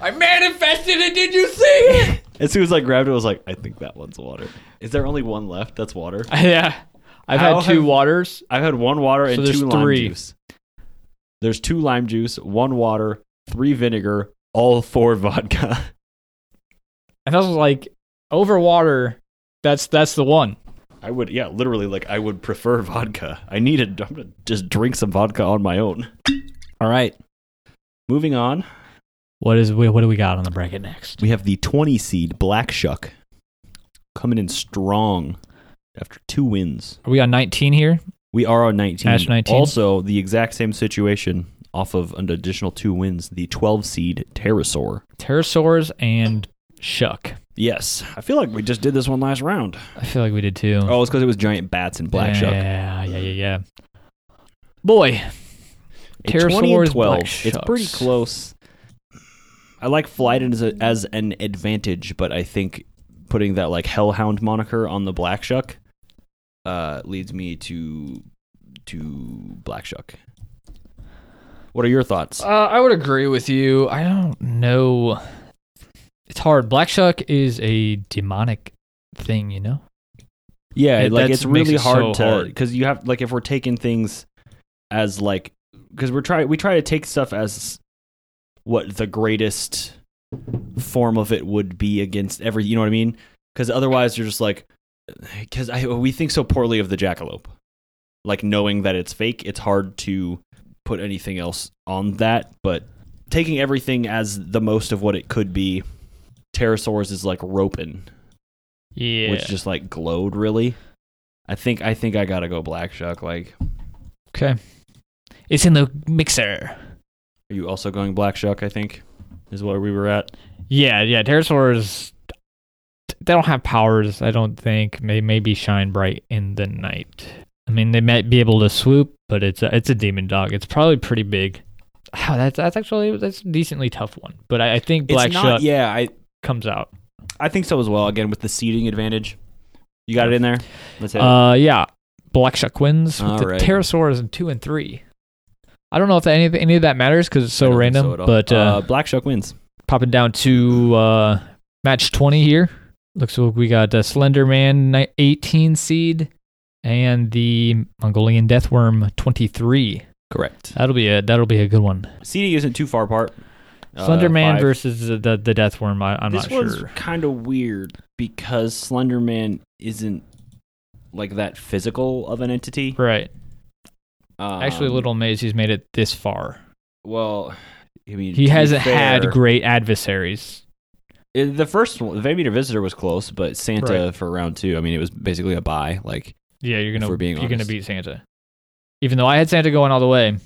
Speaker 2: I manifested it. Did you see it?
Speaker 1: As soon as I grabbed it, I was like, I think that one's water. Is there only one left? That's water.
Speaker 2: yeah. I've
Speaker 1: How
Speaker 2: had two
Speaker 1: have-
Speaker 2: waters.
Speaker 1: I've had one water and
Speaker 2: So there's
Speaker 1: two lime
Speaker 2: three.
Speaker 1: juice. There's two lime juice, one water, three vinegar, all four vodka.
Speaker 2: And I was like, over water, that's that's the one.
Speaker 1: I would, yeah, literally, like I would prefer vodka. I need it. I'm gonna just drink some vodka on my own. All right. Moving on,
Speaker 2: What is what do we got on the bracket next?
Speaker 1: we have the 20 seed Black Shuck coming in strong after two wins.
Speaker 2: Are we on 19 here?
Speaker 1: We are on 19.
Speaker 2: Ash 19.
Speaker 1: Also, the exact same situation off of an additional two wins. The 12 seed Pterosaur.
Speaker 2: Pterosaurs and Shuck.
Speaker 1: Yes, I feel like we just did this one last round.
Speaker 2: I feel like we did too.
Speaker 1: Oh, it's because it was giant bats and black
Speaker 2: yeah,
Speaker 1: shuck.
Speaker 2: Yeah, yeah, yeah, yeah. Boy,
Speaker 1: A 20
Speaker 2: Pterosaurs,
Speaker 1: and 12.
Speaker 2: black
Speaker 1: it's
Speaker 2: shucks.
Speaker 1: pretty close. I like flight as, a, as an advantage, but I think putting that like hellhound moniker on the black shuck uh, leads me to to black shuck. What are your thoughts?
Speaker 2: uh, I would agree with you. I don't know. it's hard. Black Shuck is a demonic thing, you know.
Speaker 1: Yeah,
Speaker 2: It-
Speaker 1: like
Speaker 2: that's-
Speaker 1: it's
Speaker 2: makes
Speaker 1: really
Speaker 2: it
Speaker 1: hard
Speaker 2: so
Speaker 1: to
Speaker 2: hard.
Speaker 1: because you have like if we're taking things as like because we're try we try to take stuff as what the greatest form of it would be against every you know what I mean because otherwise you're just like because I we think so poorly of the jackalope like knowing that it's fake it's hard to put anything else on that but taking everything as the most of what it could be pterosaurs is like roping
Speaker 2: Yeah.
Speaker 1: which just like glowed really. I think I think I gotta go Black Shuck. Like,
Speaker 2: okay. It's in the mixer.
Speaker 1: are you also going Black Shuck? I think is where we were at.
Speaker 2: Yeah, yeah. Pterosaurs, they don't have powers. I don't think. May maybe shine bright in the night. I mean, they might be able to swoop, but it's a, it's a demon dog. It's probably pretty big. Oh, that's that's actually that's a decently tough one. But I, I think Black
Speaker 1: it's not.
Speaker 2: Shuck
Speaker 1: Yeah, I
Speaker 2: comes out.
Speaker 1: I think so as well. Again with the seating advantage, you got it in there. Let's hit it.
Speaker 2: Uh, yeah. Black Shuck wins with
Speaker 1: All
Speaker 2: the
Speaker 1: right.
Speaker 2: pterosaurs in two and three. I don't know if that, any any of that matters because it's
Speaker 1: I
Speaker 2: so
Speaker 1: don't think
Speaker 2: random.
Speaker 1: at all.
Speaker 2: but uh,
Speaker 1: Black Shuck wins.
Speaker 2: popping down to uh, match 20 here. Looks like we got uh, Slender Man ni- 18 seed and the Mongolian Deathworm 23.
Speaker 1: Correct.
Speaker 2: That'll be a that'll be a good one.
Speaker 1: Seating isn't too far apart. Uh,
Speaker 2: Slender Man
Speaker 1: five.
Speaker 2: versus the the, the Deathworm. I, I'm
Speaker 1: this
Speaker 2: not
Speaker 1: one's
Speaker 2: sure.
Speaker 1: kind of weird because Slender Man isn't like that physical of an entity.
Speaker 2: Right.
Speaker 1: Um,
Speaker 2: Actually, Little Maze, he's made it this far.
Speaker 1: Well, I mean,
Speaker 2: He
Speaker 1: to be
Speaker 2: hasn't had
Speaker 1: fair-
Speaker 2: great adversaries.
Speaker 1: Uh, The first one, the Vampire Visitor was close, but Santa for round two, I mean, it was basically a buy. Like,
Speaker 2: Yeah, you're gonna
Speaker 1: we're being
Speaker 2: you're gonna
Speaker 1: honest.
Speaker 2: beat Santa. Even though I had Santa going all the way, in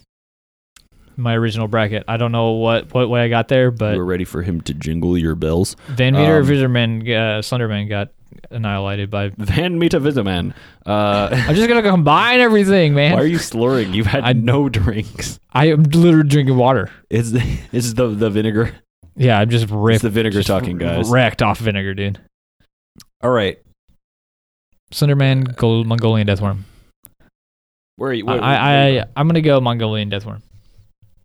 Speaker 2: my original bracket. I don't know what what way I got there, but
Speaker 1: we were ready for him to jingle your bells.
Speaker 2: Van Meter
Speaker 1: Um,
Speaker 2: Viserman, uh, Slenderman got annihilated by.
Speaker 1: Van Mita Visiman. Uh,
Speaker 2: I'm just gonna combine everything,
Speaker 1: why
Speaker 2: man.
Speaker 1: are you slurring? You've had
Speaker 2: I-
Speaker 1: no drinks.
Speaker 2: I am literally drinking water.
Speaker 1: It's the, it's the, the vinegar.
Speaker 2: Yeah, I'm just ripped.
Speaker 1: It's the vinegar
Speaker 2: just
Speaker 1: talking, guys.
Speaker 2: Wrecked off vinegar, dude.
Speaker 1: All right. Uh,
Speaker 2: Slenderman, Gold, Mongolian Deathworm.
Speaker 1: Where are you?
Speaker 2: I,
Speaker 1: where-
Speaker 2: I,
Speaker 1: where-
Speaker 2: I, I'm gonna go Mongolian Deathworm.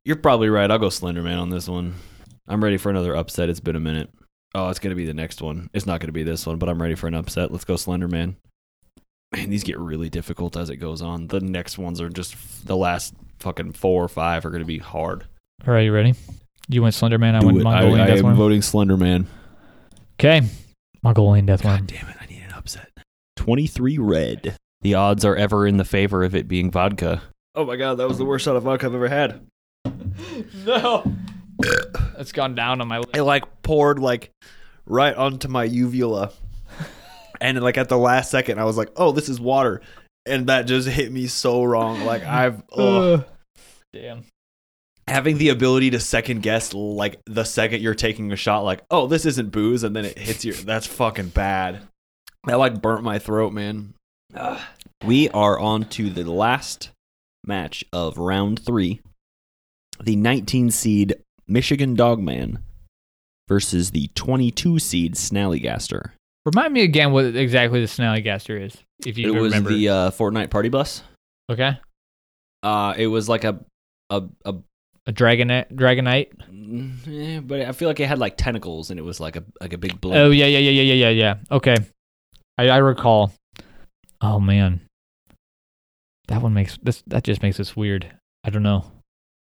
Speaker 1: you're probably right. I'll go Slenderman on this one. I'm ready for another upset. It's been a minute. Oh, it's going to be the next one. It's not going to be this one, but I'm ready for an upset. Let's go Slenderman. Man, these get really difficult as it goes on. The next ones are just the last fucking four or five are going to be hard.
Speaker 2: All right, you ready? You went Slenderman. I
Speaker 1: Do
Speaker 2: went
Speaker 1: it.
Speaker 2: Mongolian
Speaker 1: I, I am
Speaker 2: Deathworm.
Speaker 1: voting Slenderman.
Speaker 2: okay, Mongolian
Speaker 1: God
Speaker 2: Deathworm.
Speaker 1: damn it, I need an upset. 23 red. The odds are ever in the favor of it being vodka. Oh my god, that was the worst shot of vodka I've ever had.
Speaker 2: No, it's gone down on my list.
Speaker 1: it like poured like right onto my uvula and like at the last second i was like oh this is water and that just hit me so wrong like i've oh, ugh.
Speaker 2: Ugh. Damn.
Speaker 1: having the ability to second guess like the second you're taking a shot like oh this isn't booze and then it hits you that's fucking bad that like burnt my throat man Ugh. we are on to the last match of round three the 19 seed michigan dogman versus the 22 seed snallygaster
Speaker 2: Remind me again what exactly the Snallygaster is, if you
Speaker 1: it was
Speaker 2: remember.
Speaker 1: the uh, fortnite party bus
Speaker 2: okay,
Speaker 1: uh, it was like a a, a
Speaker 2: a dragonite. Dragonite.
Speaker 1: eh, but I feel like it had like tentacles and it was like a like a big blow.
Speaker 2: Oh yeah, yeah, yeah, yeah, yeah, yeah, yeah. Okay, I, I recall. Oh man, that one makes this. That just makes this weird. I don't know.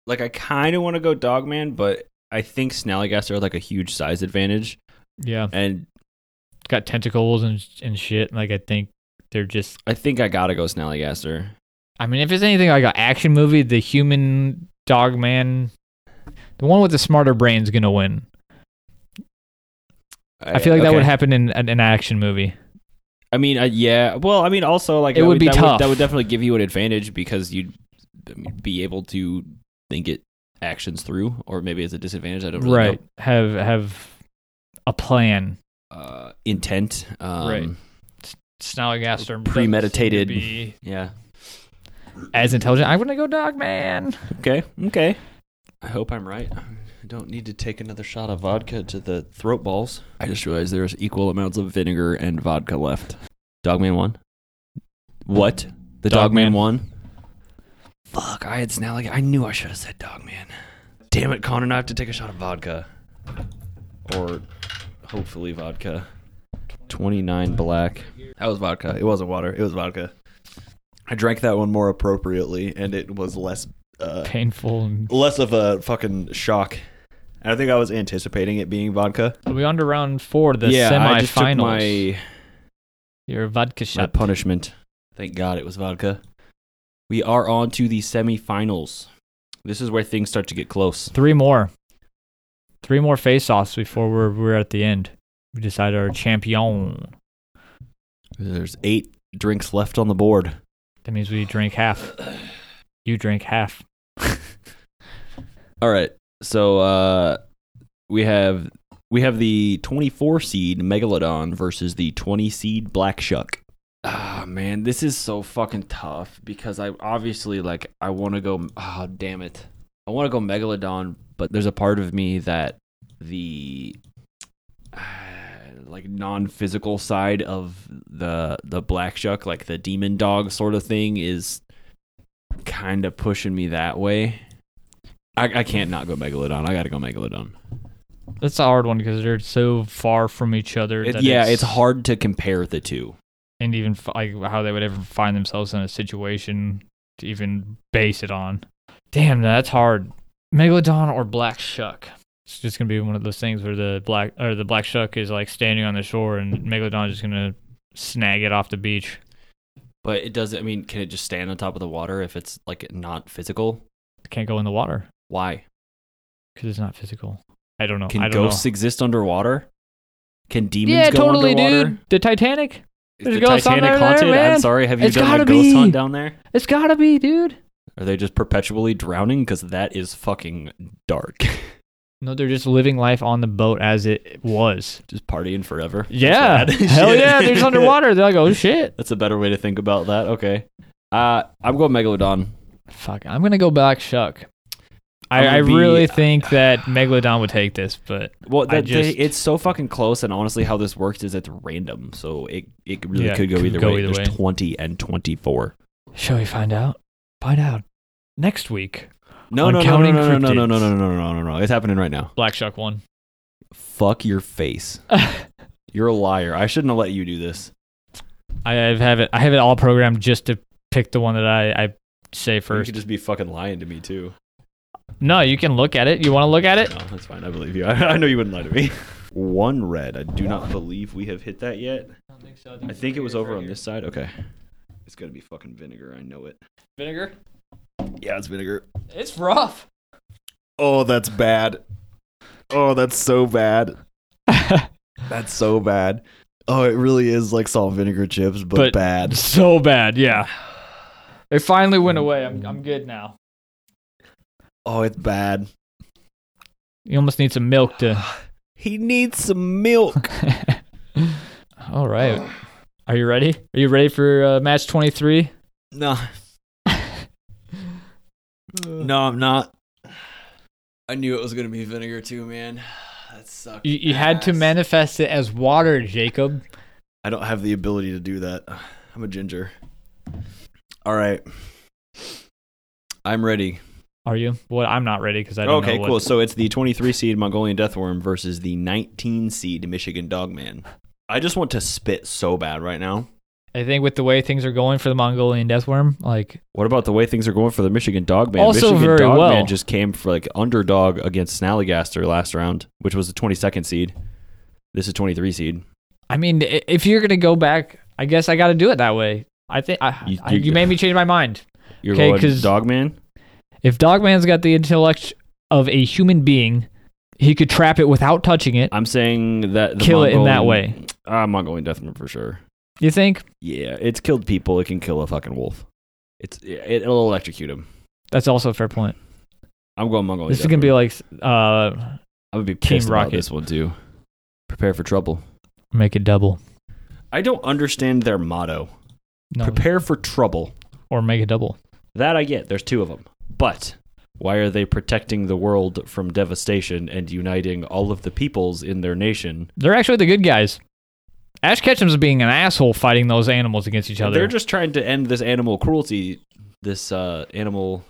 Speaker 1: like I kind of want to go Dogman, but I think Snallygaster had like a huge size advantage,
Speaker 2: Yeah,
Speaker 1: and
Speaker 2: it's got tentacles and and shit. Like I think they're just.
Speaker 1: I think I gotta go Snallygaster.
Speaker 2: I mean, if it's anything like an action movie, the human dog man, the one with the smarter brain's gonna win. I feel like that would
Speaker 1: okay.
Speaker 2: happen in an, an action movie.
Speaker 1: I mean, uh, yeah. Well, I mean, also like
Speaker 2: It
Speaker 1: that
Speaker 2: would be
Speaker 1: that
Speaker 2: tough.
Speaker 1: that would definitely give you an advantage because you'd I mean, be able to think it actions through, or maybe it's a disadvantage. I don't really
Speaker 2: right. Have have a
Speaker 1: know.
Speaker 2: plan.
Speaker 1: Uh, intent. Um,
Speaker 2: Right. Snallygaster doesn't seem to
Speaker 1: Premeditated.
Speaker 2: be
Speaker 1: Yeah.
Speaker 2: as intelligent. I'm gonna go dog man.
Speaker 1: Okay. Okay. I hope I'm right. I don't need to take another shot of vodka to the throat balls. I just realized there's equal amounts of vinegar and vodka left. Dogman won. What? The Dogman,
Speaker 2: Dogman.
Speaker 1: won. Fuck! I had Snally. I knew I should have said Dogman. Damn it, Connor! I have to take a shot of vodka. Or Hopefully vodka. 29 black.
Speaker 3: That was vodka. It wasn't water. It was vodka. I drank that one more appropriately, and it was less uh,
Speaker 2: Painful. And,
Speaker 3: less of a fucking shock. And I think I was anticipating it being vodka.
Speaker 2: are we on to round four, the
Speaker 1: yeah, I just took
Speaker 2: semifinals?
Speaker 1: my,
Speaker 2: Your vodka
Speaker 1: my
Speaker 2: shot.
Speaker 1: punishment. Thank God it was vodka. We are on to the semifinals. This is where things start to get close.
Speaker 2: Three more. Three more face-offs before we're we're at the end. We decide our champion.
Speaker 1: There's eight drinks left on the board.
Speaker 2: That means we drink half. You drink half.
Speaker 1: All right. So uh, we have we have the 24 seed Megalodon versus the 20 seed Black Shuck. Ah man, this is so fucking tough because I obviously like I want to go. Ah, damn it, I want to go Megalodon, but there's a part of me that the ah, like non-physical side of the the Black Shuck, like the demon dog sort of thing, is kind of pushing me that way. I, I can't not go Megalodon. I got to go Megalodon.
Speaker 2: That's a hard one because they're so far from each other.
Speaker 1: It-
Speaker 2: that
Speaker 1: yeah, it's, hard to compare the two.
Speaker 2: and even f- like how they would ever find themselves in a situation to even base it on. Damn, that's hard. Megalodon or Black Shuck. It's just gonna be one of those things where the black or the Black Shuck is like standing on the shore and Megalodon is gonna snag it off the beach.
Speaker 1: But it doesn't. I mean, can it just stand on top of the water if it's like not physical?
Speaker 2: It can't go in the water
Speaker 1: Why
Speaker 2: because it's not physical. I don't know.
Speaker 1: can
Speaker 2: I don't
Speaker 1: ghosts
Speaker 2: know.
Speaker 1: exist underwater? Can demons
Speaker 2: Yeah,
Speaker 1: go
Speaker 2: totally,
Speaker 1: underwater?
Speaker 2: dude. The Titanic.
Speaker 1: Is
Speaker 2: There's
Speaker 1: the
Speaker 2: ghosts on
Speaker 1: Titanic
Speaker 2: there,
Speaker 1: haunted? I'm
Speaker 2: man.
Speaker 1: sorry. Have you
Speaker 2: It's
Speaker 1: done a
Speaker 2: gotta
Speaker 1: ghost
Speaker 2: be.
Speaker 1: hunt down there?
Speaker 2: It's gotta be, dude.
Speaker 1: Are they just perpetually drowning? Because that is fucking dark.
Speaker 2: No, they're just living life on the boat as it was.
Speaker 1: just partying forever.
Speaker 2: Yeah,
Speaker 1: That's bad.
Speaker 2: hell
Speaker 1: Shit.
Speaker 2: yeah. They're just underwater. They're like, oh shit.
Speaker 1: That's a better way to think about that. Okay. Uh, I'm going Megalodon.
Speaker 2: Fuck, I'm gonna go Black Shuck.
Speaker 1: I'm
Speaker 2: I,
Speaker 1: gonna
Speaker 2: I
Speaker 1: be- uh,
Speaker 2: really think that Megalodon would take this, but
Speaker 1: Well,
Speaker 2: I
Speaker 1: that they,
Speaker 2: just-
Speaker 1: it's so fucking close, and honestly, how this works is it's random, so it it really
Speaker 2: Yeah,
Speaker 1: could go
Speaker 2: could
Speaker 1: either
Speaker 2: go
Speaker 1: way.
Speaker 2: either
Speaker 1: There's
Speaker 2: way.
Speaker 1: twenty and twenty four.
Speaker 2: shall we find out? Find out next week.
Speaker 1: No,
Speaker 2: On
Speaker 1: no, no, no,
Speaker 2: Counting
Speaker 1: no, no, no, no, no,
Speaker 2: Cryptids.
Speaker 1: no, no, no, no, no. It's happening right now.
Speaker 2: Black Shuck won.
Speaker 1: Fuck your face.
Speaker 2: I
Speaker 1: You're a liar. I shouldn't have let you do this.
Speaker 2: I've- have it. I have it all programmed just to pick the one that I, I say
Speaker 1: You
Speaker 2: first.
Speaker 1: could just be fucking lying to me too.
Speaker 2: No, you can look at it. You want to look at it?
Speaker 1: No, that's fine. I believe you. I, I know you wouldn't lie to me. One red. I do not believe we have hit that yet.
Speaker 2: I think so.
Speaker 1: I think it was over on this side. Okay. It's gonna be fucking vinegar. I know it.
Speaker 2: vinegar.
Speaker 3: Yeah, it's vinegar.
Speaker 2: It's rough.
Speaker 3: Oh, that's bad. Oh, that's so bad. That's so bad. Oh, it really is like salt and vinegar chips, but,
Speaker 2: But-
Speaker 3: bad.
Speaker 2: so bad. Yeah. It finally went away. I'm I'm good now.
Speaker 3: Oh, it's bad.
Speaker 2: You almost need some milk to.
Speaker 3: He needs some milk.
Speaker 2: All right. Are you ready? Are you ready for uh, match 23?
Speaker 3: no.
Speaker 2: Uh,
Speaker 3: No, I'm not. I knew it was gonna be vinegar too, man. That sucked.
Speaker 2: You, you had to
Speaker 3: ass.
Speaker 2: manifest it as water, Jacob.
Speaker 3: I don't have the ability to do that. I'm a ginger. All right.
Speaker 1: I'm ready.
Speaker 2: Are you? Well, I'm not ready because I don't
Speaker 1: okay,
Speaker 2: know.
Speaker 1: cool.
Speaker 2: what-
Speaker 1: So it's the 23 seed Mongolian Deathworm versus the 19 seed Michigan Dogman. I just want to spit so bad right now.
Speaker 2: I think with the way things are going for the Mongolian deathworm, like
Speaker 1: What about the way things are going for the Michigan Dogman?
Speaker 2: Also
Speaker 1: Michigan
Speaker 2: very
Speaker 1: Dogman
Speaker 2: well.
Speaker 1: just came for like underdog against Snallygaster last round, which was the 22nd seed. This is 23 seed.
Speaker 2: I mean, i- if you're gonna go back, I guess I got to do it that way. I think I,
Speaker 1: You-
Speaker 2: I,
Speaker 1: you-
Speaker 2: you made me change my mind.
Speaker 1: You're
Speaker 2: Okay,
Speaker 1: going
Speaker 2: 'cause-
Speaker 1: Dogman?
Speaker 2: If Dogman's got the intellect of a human being, he could trap it without touching it,
Speaker 1: I'm saying that the
Speaker 2: kill it in that
Speaker 1: Mongolian-
Speaker 2: way.
Speaker 1: Ah, Mongolian Deathworm for sure.
Speaker 2: You think?
Speaker 1: Yeah, it's killed people. It can kill a fucking wolf. It's it, it'll electrocute him.
Speaker 2: That's also a fair point.
Speaker 1: I'm going Mongolian.
Speaker 2: this is
Speaker 1: Deathworm.
Speaker 2: gonna be like uh,
Speaker 1: I'm gonna be
Speaker 2: Team
Speaker 1: pissed about
Speaker 2: Rocket.
Speaker 1: this one too. Prepare for trouble.
Speaker 2: make it double.
Speaker 1: I don't understand their motto.
Speaker 2: No,
Speaker 1: Prepare for trouble.
Speaker 2: or make it double.
Speaker 1: That I get. There's two of them. But why are they protecting the world from devastation and uniting all of the peoples in their nation?
Speaker 2: They're actually the good guys. Ash Ketchum's being an asshole fighting those animals against each other.
Speaker 1: They're just trying to end this animal cruelty, this uh, animal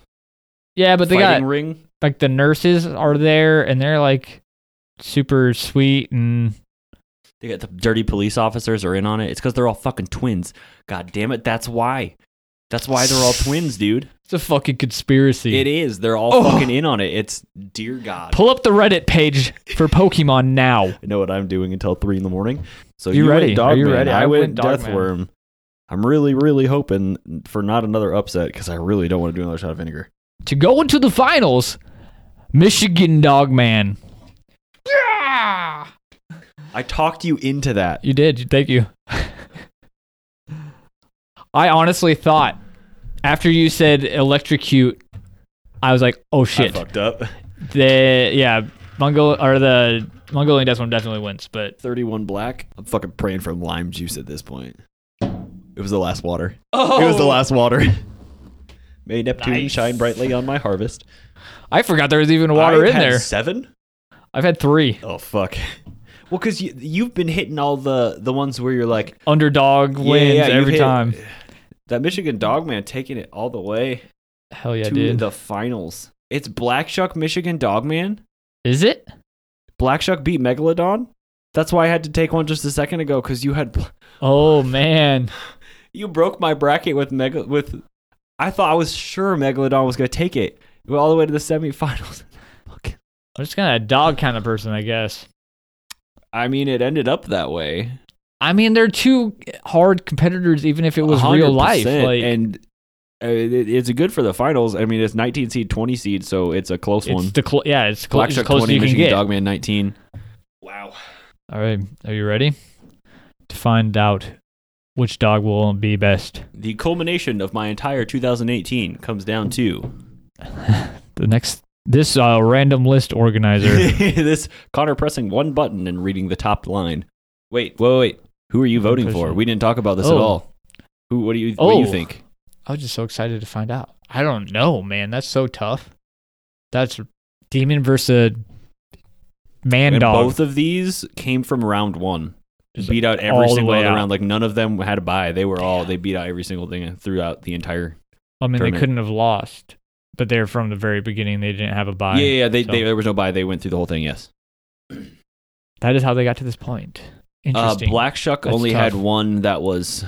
Speaker 2: yeah, but they
Speaker 1: fighting
Speaker 2: got
Speaker 1: ring.
Speaker 2: like the nurses are there and they're like super sweet and
Speaker 1: They got the dirty police officers are in on it. It's because they're all fucking twins. God damn it, that's why. That's why they're all twins, dude.
Speaker 2: It's a fucking conspiracy.
Speaker 1: It is. They're all
Speaker 2: Oh.
Speaker 1: fucking in on it. It's dear God.
Speaker 2: Pull up the Reddit page for Pokemon now.
Speaker 1: I know what I'm doing until three in the morning. So
Speaker 2: You
Speaker 1: you,
Speaker 2: ready?
Speaker 1: Went
Speaker 2: Are
Speaker 1: dog
Speaker 2: you
Speaker 1: man.
Speaker 2: ready?
Speaker 1: I,
Speaker 2: I
Speaker 1: went,
Speaker 2: went dog man.
Speaker 1: Deathworm. I'm really, really hoping for not another upset because I really don't want to do another shot of vinegar.
Speaker 2: To go into the finals, Michigan Dogman. Yeah!
Speaker 1: I talked you into that.
Speaker 2: You did. Thank you. I honestly thought after you said electrocute, I was like, oh
Speaker 1: I
Speaker 2: shit.
Speaker 1: fucked up.
Speaker 2: The yeah, Mongol or the Mongolian Deathworm definitely wins, but
Speaker 1: 31 black. I'm fucking praying for lime juice at this point. It was the last water.
Speaker 2: oh,
Speaker 1: It was the last water. May Neptune
Speaker 2: Nice.
Speaker 1: shine brightly on my harvest.
Speaker 2: I forgot there was even water
Speaker 1: I've
Speaker 2: in
Speaker 1: had
Speaker 2: there.
Speaker 1: Seven?
Speaker 2: I've had three
Speaker 1: Oh fuck. Well, because you, you've been hitting all the the ones where you're like
Speaker 2: underdog
Speaker 1: yeah,
Speaker 2: wins
Speaker 1: yeah, you
Speaker 2: every
Speaker 1: hit-
Speaker 2: time.
Speaker 1: That Michigan Dogman taking it all the way
Speaker 2: Hell yeah,
Speaker 1: to
Speaker 2: dude.
Speaker 1: the finals. It's Black Shuck Michigan Dogman.
Speaker 2: Is it?
Speaker 1: Black Shuck beat Megalodon. That's why I had to take one just a second ago because you had
Speaker 2: Oh man,
Speaker 1: you broke my bracket with Mega with. I thought I was sure Megalodon was going to take it. It went all the way to the semifinals. Fuck.
Speaker 2: I'm just kind of a dog kind of person, I guess.
Speaker 1: I mean, it ended up that way.
Speaker 2: I mean, they're two hard competitors, even if it was real life.
Speaker 1: 100%,
Speaker 2: Like,
Speaker 1: and uh, it, it's good for the finals. I mean, it's 19 seed, 20 seed, so it's a close one.
Speaker 2: it's the clo- yeah, it's clo-
Speaker 1: Black
Speaker 2: as
Speaker 1: Shark
Speaker 2: close as
Speaker 1: 20,
Speaker 2: you can
Speaker 1: Michigan
Speaker 2: get.
Speaker 1: Dogman 19. Wow.
Speaker 2: All right, are you ready to find out which dog will be best?
Speaker 1: The culmination of my entire 2018 comes down to
Speaker 2: The next, this uh, random list organizer.
Speaker 1: this Connor pressing one button and reading the top line. Wait, wait, wait. Who are you voting for? We didn't talk about this at
Speaker 2: Oh.
Speaker 1: all. Who? What do you? What do you
Speaker 2: Oh.
Speaker 1: think?
Speaker 2: I was just so excited to find out. I don't know, man. That's so tough. That's demon versus man
Speaker 1: And
Speaker 2: dog.
Speaker 1: both of these came from round one.
Speaker 2: Just
Speaker 1: beat out
Speaker 2: all
Speaker 1: every
Speaker 2: the
Speaker 1: single
Speaker 2: way
Speaker 1: other
Speaker 2: out.
Speaker 1: round. Like none of them had a buy. They were all they beat out every single thing throughout the entire.
Speaker 2: I mean, they
Speaker 1: tournament.
Speaker 2: couldn't have lost, but they're from the very beginning. They didn't have a
Speaker 1: Yeah,
Speaker 2: bye.
Speaker 1: yeah. yeah, They,
Speaker 2: so-
Speaker 1: they there was no buy. They went through the whole thing. Yes.
Speaker 2: That is how they got to this point.
Speaker 1: Uh,
Speaker 2: Interesting.
Speaker 1: Black Shuck
Speaker 2: That's
Speaker 1: only
Speaker 2: tough.
Speaker 1: had one that was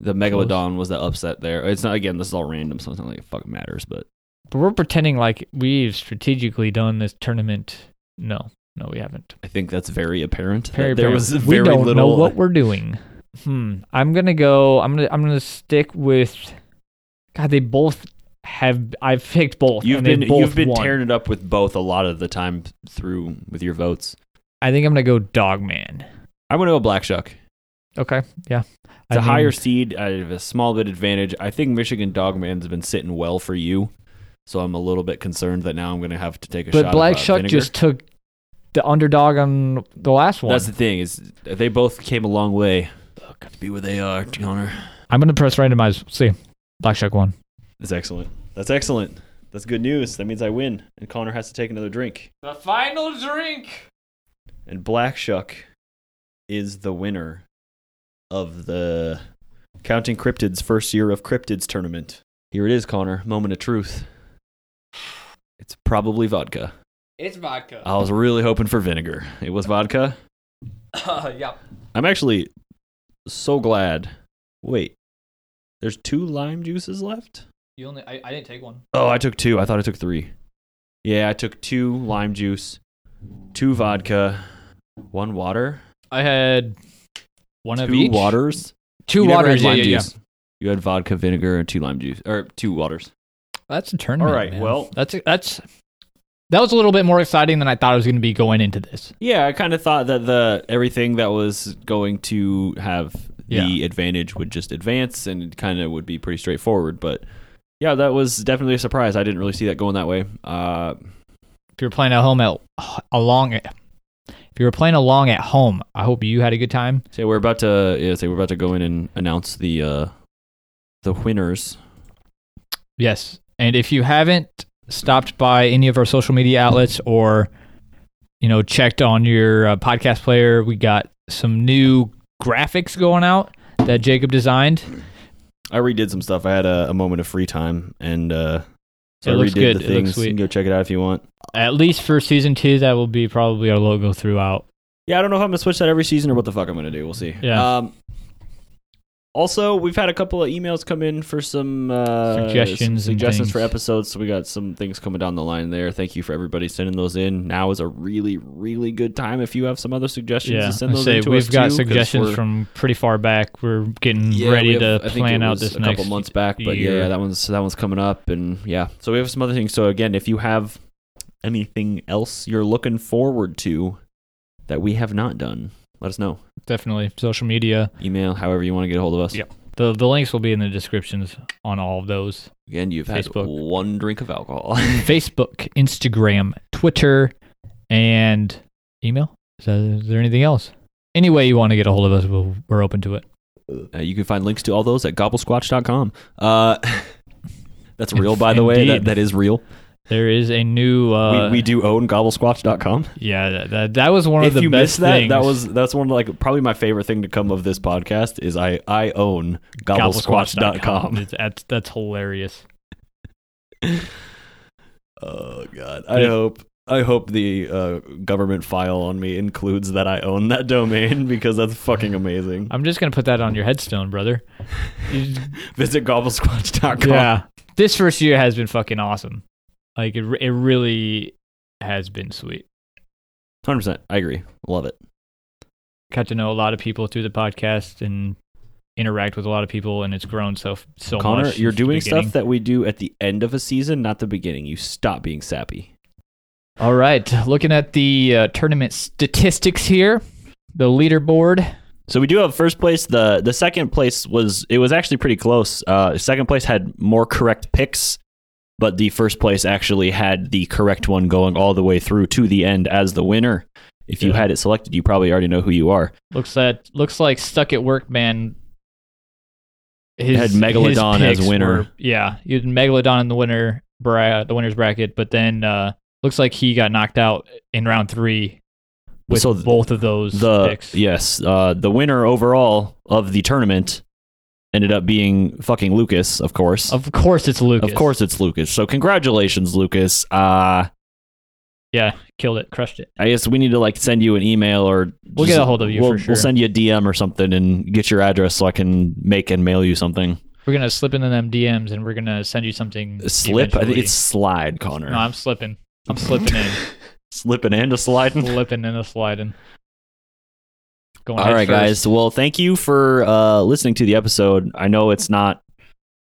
Speaker 1: the Megalodon was the upset there. It's not again. This is all random, so it's not like it fucking matters. But
Speaker 2: but we're pretending like we've strategically done this tournament. No, no, we haven't.
Speaker 1: I think that's very apparent. that
Speaker 2: Very
Speaker 1: there
Speaker 2: apparent.
Speaker 1: was
Speaker 2: we
Speaker 1: very
Speaker 2: don't
Speaker 1: little.
Speaker 2: know what we're doing. Hmm. I'm gonna go. I'm gonna. I'm gonna stick with. God, they both have. I've picked both.
Speaker 1: You've
Speaker 2: and they
Speaker 1: been
Speaker 2: both
Speaker 1: you've been
Speaker 2: won.
Speaker 1: tearing it up with both a lot of the time through with your votes.
Speaker 2: I think I'm gonna go Dogman.
Speaker 1: I'm gonna go Black Shuck.
Speaker 2: Okay. Yeah.
Speaker 1: It's a
Speaker 2: I mean,
Speaker 1: higher seed. I have a small bit advantage. I think Michigan Dogman's been sitting well for you, so I'm a little bit concerned that now I'm going to have to take a shot.
Speaker 2: But
Speaker 1: of,
Speaker 2: Black
Speaker 1: uh,
Speaker 2: Shuck
Speaker 1: vinegar.
Speaker 2: just took the underdog on the last one.
Speaker 1: That's the thing is they both came a long way. To be where they are, Connor.
Speaker 2: I'm gonna press randomize. See, Black Shuck won.
Speaker 1: That's excellent. That's excellent. That's good news. That means I win, and Connor has to take another drink.
Speaker 2: The final drink.
Speaker 1: And Black Shuck is the winner of the Counting Cryptids first year of Cryptids tournament. Here it is, Connor. Moment of truth. It's probably vodka.
Speaker 2: It's vodka.
Speaker 1: I was really hoping for vinegar. It was vodka.
Speaker 2: yeah.
Speaker 1: I'm actually so glad. Wait, there's two lime juices left?
Speaker 2: You only. I, I didn't take one.
Speaker 1: Oh, I took two. I thought I took three. Yeah, I took two lime juice, two vodka, one water,
Speaker 2: I had one of
Speaker 1: two
Speaker 2: each.
Speaker 1: waters.
Speaker 2: Two
Speaker 1: You never
Speaker 2: waters.
Speaker 1: had
Speaker 2: Yeah,
Speaker 1: lime
Speaker 2: yeah, yeah.
Speaker 1: juice. You had vodka, vinegar, and two lime juice, or two waters.
Speaker 2: That's a tournament.
Speaker 1: All right,
Speaker 2: man.
Speaker 1: well-
Speaker 2: that's that's that was a little bit more exciting than I thought it was going to be going into this.
Speaker 1: Yeah, I kind of thought that the everything that was going to have the
Speaker 2: Yeah.
Speaker 1: advantage would just advance and it kind of would be pretty straightforward. But yeah, that was definitely a surprise. I didn't really see that going that way. Uh,
Speaker 2: If you were playing at home at along, if you were playing along at home, I hope you had a good time.
Speaker 1: so we're about to yeah, so we're about to go in and announce the uh, the winners.
Speaker 2: Yes, and if you haven't stopped by any of our social media outlets or you know checked on your uh, podcast player, we got some new graphics going out that Jacob designed.
Speaker 1: I redid some stuff. I had a, a moment of free time and uh, so
Speaker 2: It
Speaker 1: I
Speaker 2: looks
Speaker 1: redid
Speaker 2: good.
Speaker 1: the
Speaker 2: It looks
Speaker 1: things. You
Speaker 2: sweet.
Speaker 1: can go check it out if you want.
Speaker 2: At least for season two, that will be probably our logo throughout.
Speaker 1: Yeah, I don't know if I'm gonna switch that every season or what the fuck I'm gonna do. We'll see.
Speaker 2: Yeah.
Speaker 1: Um, also, we've had a couple of emails come in for some uh,
Speaker 2: Suggestions
Speaker 1: some
Speaker 2: and
Speaker 1: suggestions for
Speaker 2: things.
Speaker 1: episodes. So we got some things coming down the line there. Thank you for everybody sending those in. Now is a really, really good time if you have some other suggestions
Speaker 2: Yeah,
Speaker 1: to send
Speaker 2: I
Speaker 1: those
Speaker 2: say
Speaker 1: in to
Speaker 2: we've
Speaker 1: us
Speaker 2: got
Speaker 1: too, 'cause
Speaker 2: suggestions
Speaker 1: we're-
Speaker 2: from pretty far back. We're getting
Speaker 1: Yeah,
Speaker 2: ready
Speaker 1: we have-
Speaker 2: to
Speaker 1: I think
Speaker 2: plan
Speaker 1: it
Speaker 2: out
Speaker 1: was
Speaker 2: this
Speaker 1: a
Speaker 2: next
Speaker 1: couple months back, but yeah,
Speaker 2: year.
Speaker 1: yeah, that one's that one's coming up, and yeah, so we have some other things. So again, if you have anything else you're looking forward to that we have not done, let us know.
Speaker 2: definitely social media.
Speaker 1: Email, however you want to get a hold of us.
Speaker 2: Yeah. The the links will be in the descriptions on all of those.
Speaker 1: Again, you've
Speaker 2: Facebook.
Speaker 1: had one drink of alcohol.
Speaker 2: Facebook, Instagram, Twitter, and email. Is, that, is there anything else? Any way you want to get a hold of us, we'll, we're open to it.
Speaker 1: Uh, you can find links to all those at gobblesquatch.com. Uh, that's real, by the way. That,
Speaker 2: Indeed.
Speaker 1: that is real.
Speaker 2: There is a new. Uh,
Speaker 1: we, we do own gobblesquatch.com.
Speaker 2: yeah, that, that, that was one of
Speaker 1: If
Speaker 2: the
Speaker 1: you
Speaker 2: best
Speaker 1: missed that,
Speaker 2: things.
Speaker 1: that was that's one of, like probably my favorite thing to come of this podcast is I I own gobblesquatch.com.
Speaker 2: It's- That's, that's hilarious.
Speaker 1: Oh god. I hope I hope the uh, government file on me includes that I own that domain because that's fucking amazing.
Speaker 2: I'm just gonna put that on your headstone, brother. You-
Speaker 1: Visit gobblesquatch.com.
Speaker 2: this first year has been fucking awesome. Like it, re- it really has been sweet.
Speaker 1: 100%. I agree. Love it.
Speaker 2: Got to know a lot of people through the podcast and interact with a lot of people, and it's grown so f- so
Speaker 1: Connor,
Speaker 2: much.
Speaker 1: you're
Speaker 2: since the
Speaker 1: doing stuff
Speaker 2: beginning.
Speaker 1: that we do at the end of a season, not the beginning. You stop being sappy.
Speaker 2: All right, looking at the uh, tournament statistics here, the leaderboard.
Speaker 1: So we do have first place. The the second place was it was actually pretty close. Uh, second place had more correct picks, but the first place actually had the correct one going all the way through to the end as the winner. If you
Speaker 2: Yeah.
Speaker 1: had it selected, you probably already know who you are.
Speaker 2: Looks that looks like stuck at work man. His,
Speaker 1: Had Megalodon as
Speaker 2: picks
Speaker 1: winner.
Speaker 2: yeah, you had Megalodon in the winner bra- the winner's bracket, but then uh, looks like he got knocked out in round three with
Speaker 1: So th-
Speaker 2: both of those
Speaker 1: The
Speaker 2: picks.
Speaker 1: yes, uh, the winner overall of the tournament ended up being fucking Lucas, of course.
Speaker 2: Of course, it's Lucas.
Speaker 1: Of course, it's Lucas. So congratulations, Lucas. Uh,
Speaker 2: yeah, killed it, crushed it.
Speaker 1: I guess we need to like send you an email or
Speaker 2: We'll get a hold of you
Speaker 1: we'll,
Speaker 2: for sure.
Speaker 1: We'll send you a DM or something and get your address so I can make and mail you something.
Speaker 2: We're gonna slip into them DMs, and we're gonna send you something.
Speaker 1: Slip, I think
Speaker 2: eventually.
Speaker 1: it's slide, Connor.
Speaker 2: no, I'm slipping. I'm slipping in,
Speaker 1: Slipping and a sliding.
Speaker 2: slipping in a sliding. Going
Speaker 1: All
Speaker 2: head
Speaker 1: right,
Speaker 2: first.
Speaker 1: guys. Well, thank you for uh, listening to the episode. I know it's not.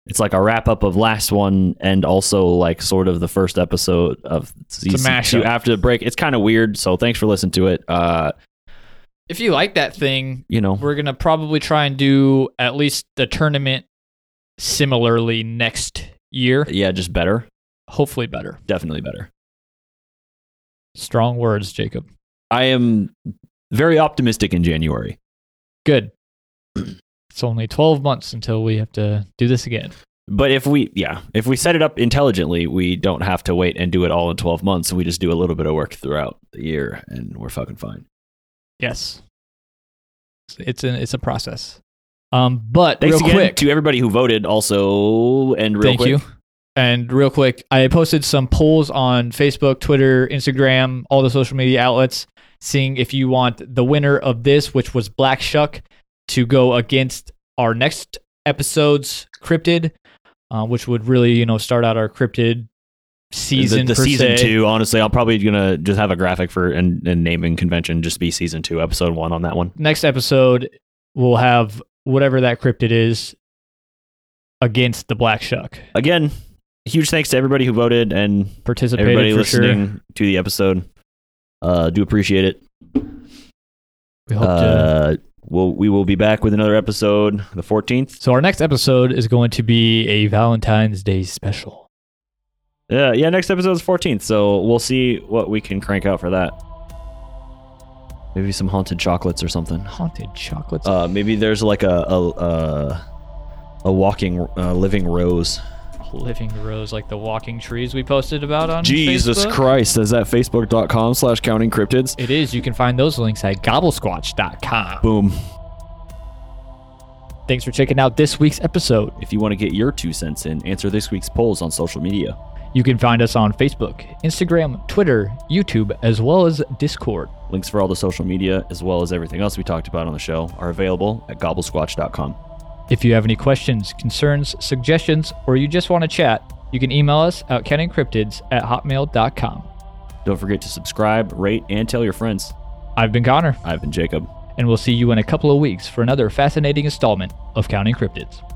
Speaker 1: It's like a wrap up of last one, and also like sort of the first episode of season
Speaker 2: mashup.
Speaker 1: two after the break. It's kind of weird, so thanks for listening to it. Uh,
Speaker 2: If you like that thing,
Speaker 1: you know,
Speaker 2: we're gonna probably try and do at least the tournament similarly next year.
Speaker 1: yeah, just better,
Speaker 2: Hopefully better.
Speaker 1: definitely better.
Speaker 2: Strong words, Jacob.
Speaker 1: I am very optimistic in January.
Speaker 2: Good. It's only twelve months until we have to do this again.
Speaker 1: But if we, yeah, if we set it up intelligently, we don't have to wait and do it all in 12 months. We just do a little bit of work throughout the year and we're fucking fine.
Speaker 2: Yes. It's an it's a process. Um but
Speaker 1: Thanks
Speaker 2: real
Speaker 1: again
Speaker 2: quick.
Speaker 1: to everybody who voted also. And real
Speaker 2: thank
Speaker 1: quick,
Speaker 2: you. And real quick, I posted some polls on Facebook, Twitter, Instagram, all the social media outlets, seeing if you want the winner of this, which was Black Shuck, to go against our next episode's cryptid, uh, which would really you know start out our cryptid season.
Speaker 1: the, the
Speaker 2: per
Speaker 1: season
Speaker 2: se.
Speaker 1: two, honestly, I'm probably going to just have a graphic for and, and naming convention, just be season two, episode one on that one.
Speaker 2: Next episode, we'll have whatever that cryptid is against the Black Shuck.
Speaker 1: Again, huge thanks to everybody who voted and
Speaker 2: Participated
Speaker 1: everybody
Speaker 2: for sure.
Speaker 1: listening to the episode. Uh, do appreciate it.
Speaker 2: We hope to
Speaker 1: Uh, we'll, we will be back with another episode the 14th.
Speaker 2: So our next episode is going to be a Valentine's Day special.
Speaker 1: Yeah, yeah, next episode is 14th, so we'll see what we can crank out for that. Maybe some haunted chocolates or something.
Speaker 2: Haunted chocolates.
Speaker 1: Uh, maybe there's like a a a, a walking uh, living rose.
Speaker 2: living rose, like the walking trees we posted about on Facebook.
Speaker 1: Christ, is that facebook.com slash counting cryptids?
Speaker 2: It is. You can find those links at gobblesquatch.com.
Speaker 1: Boom.
Speaker 2: Thanks for checking out this week's episode.
Speaker 1: If you want to get your two cents in, answer this week's polls on social media.
Speaker 2: You can find us on Facebook, Instagram, Twitter, YouTube, as well as Discord.
Speaker 1: Links for all the social media, as well as everything else we talked about on the show, are available at gobblesquatch.com.
Speaker 2: If you have any questions, concerns, suggestions, or you just want to chat, you can email us at kenencryptids at hotmail.com.
Speaker 1: Don't forget to subscribe, rate, and tell your friends.
Speaker 2: I've been Connor,
Speaker 1: I've been Jacob.
Speaker 2: and we'll see you in a couple of weeks for another fascinating installment of Counting Cryptids.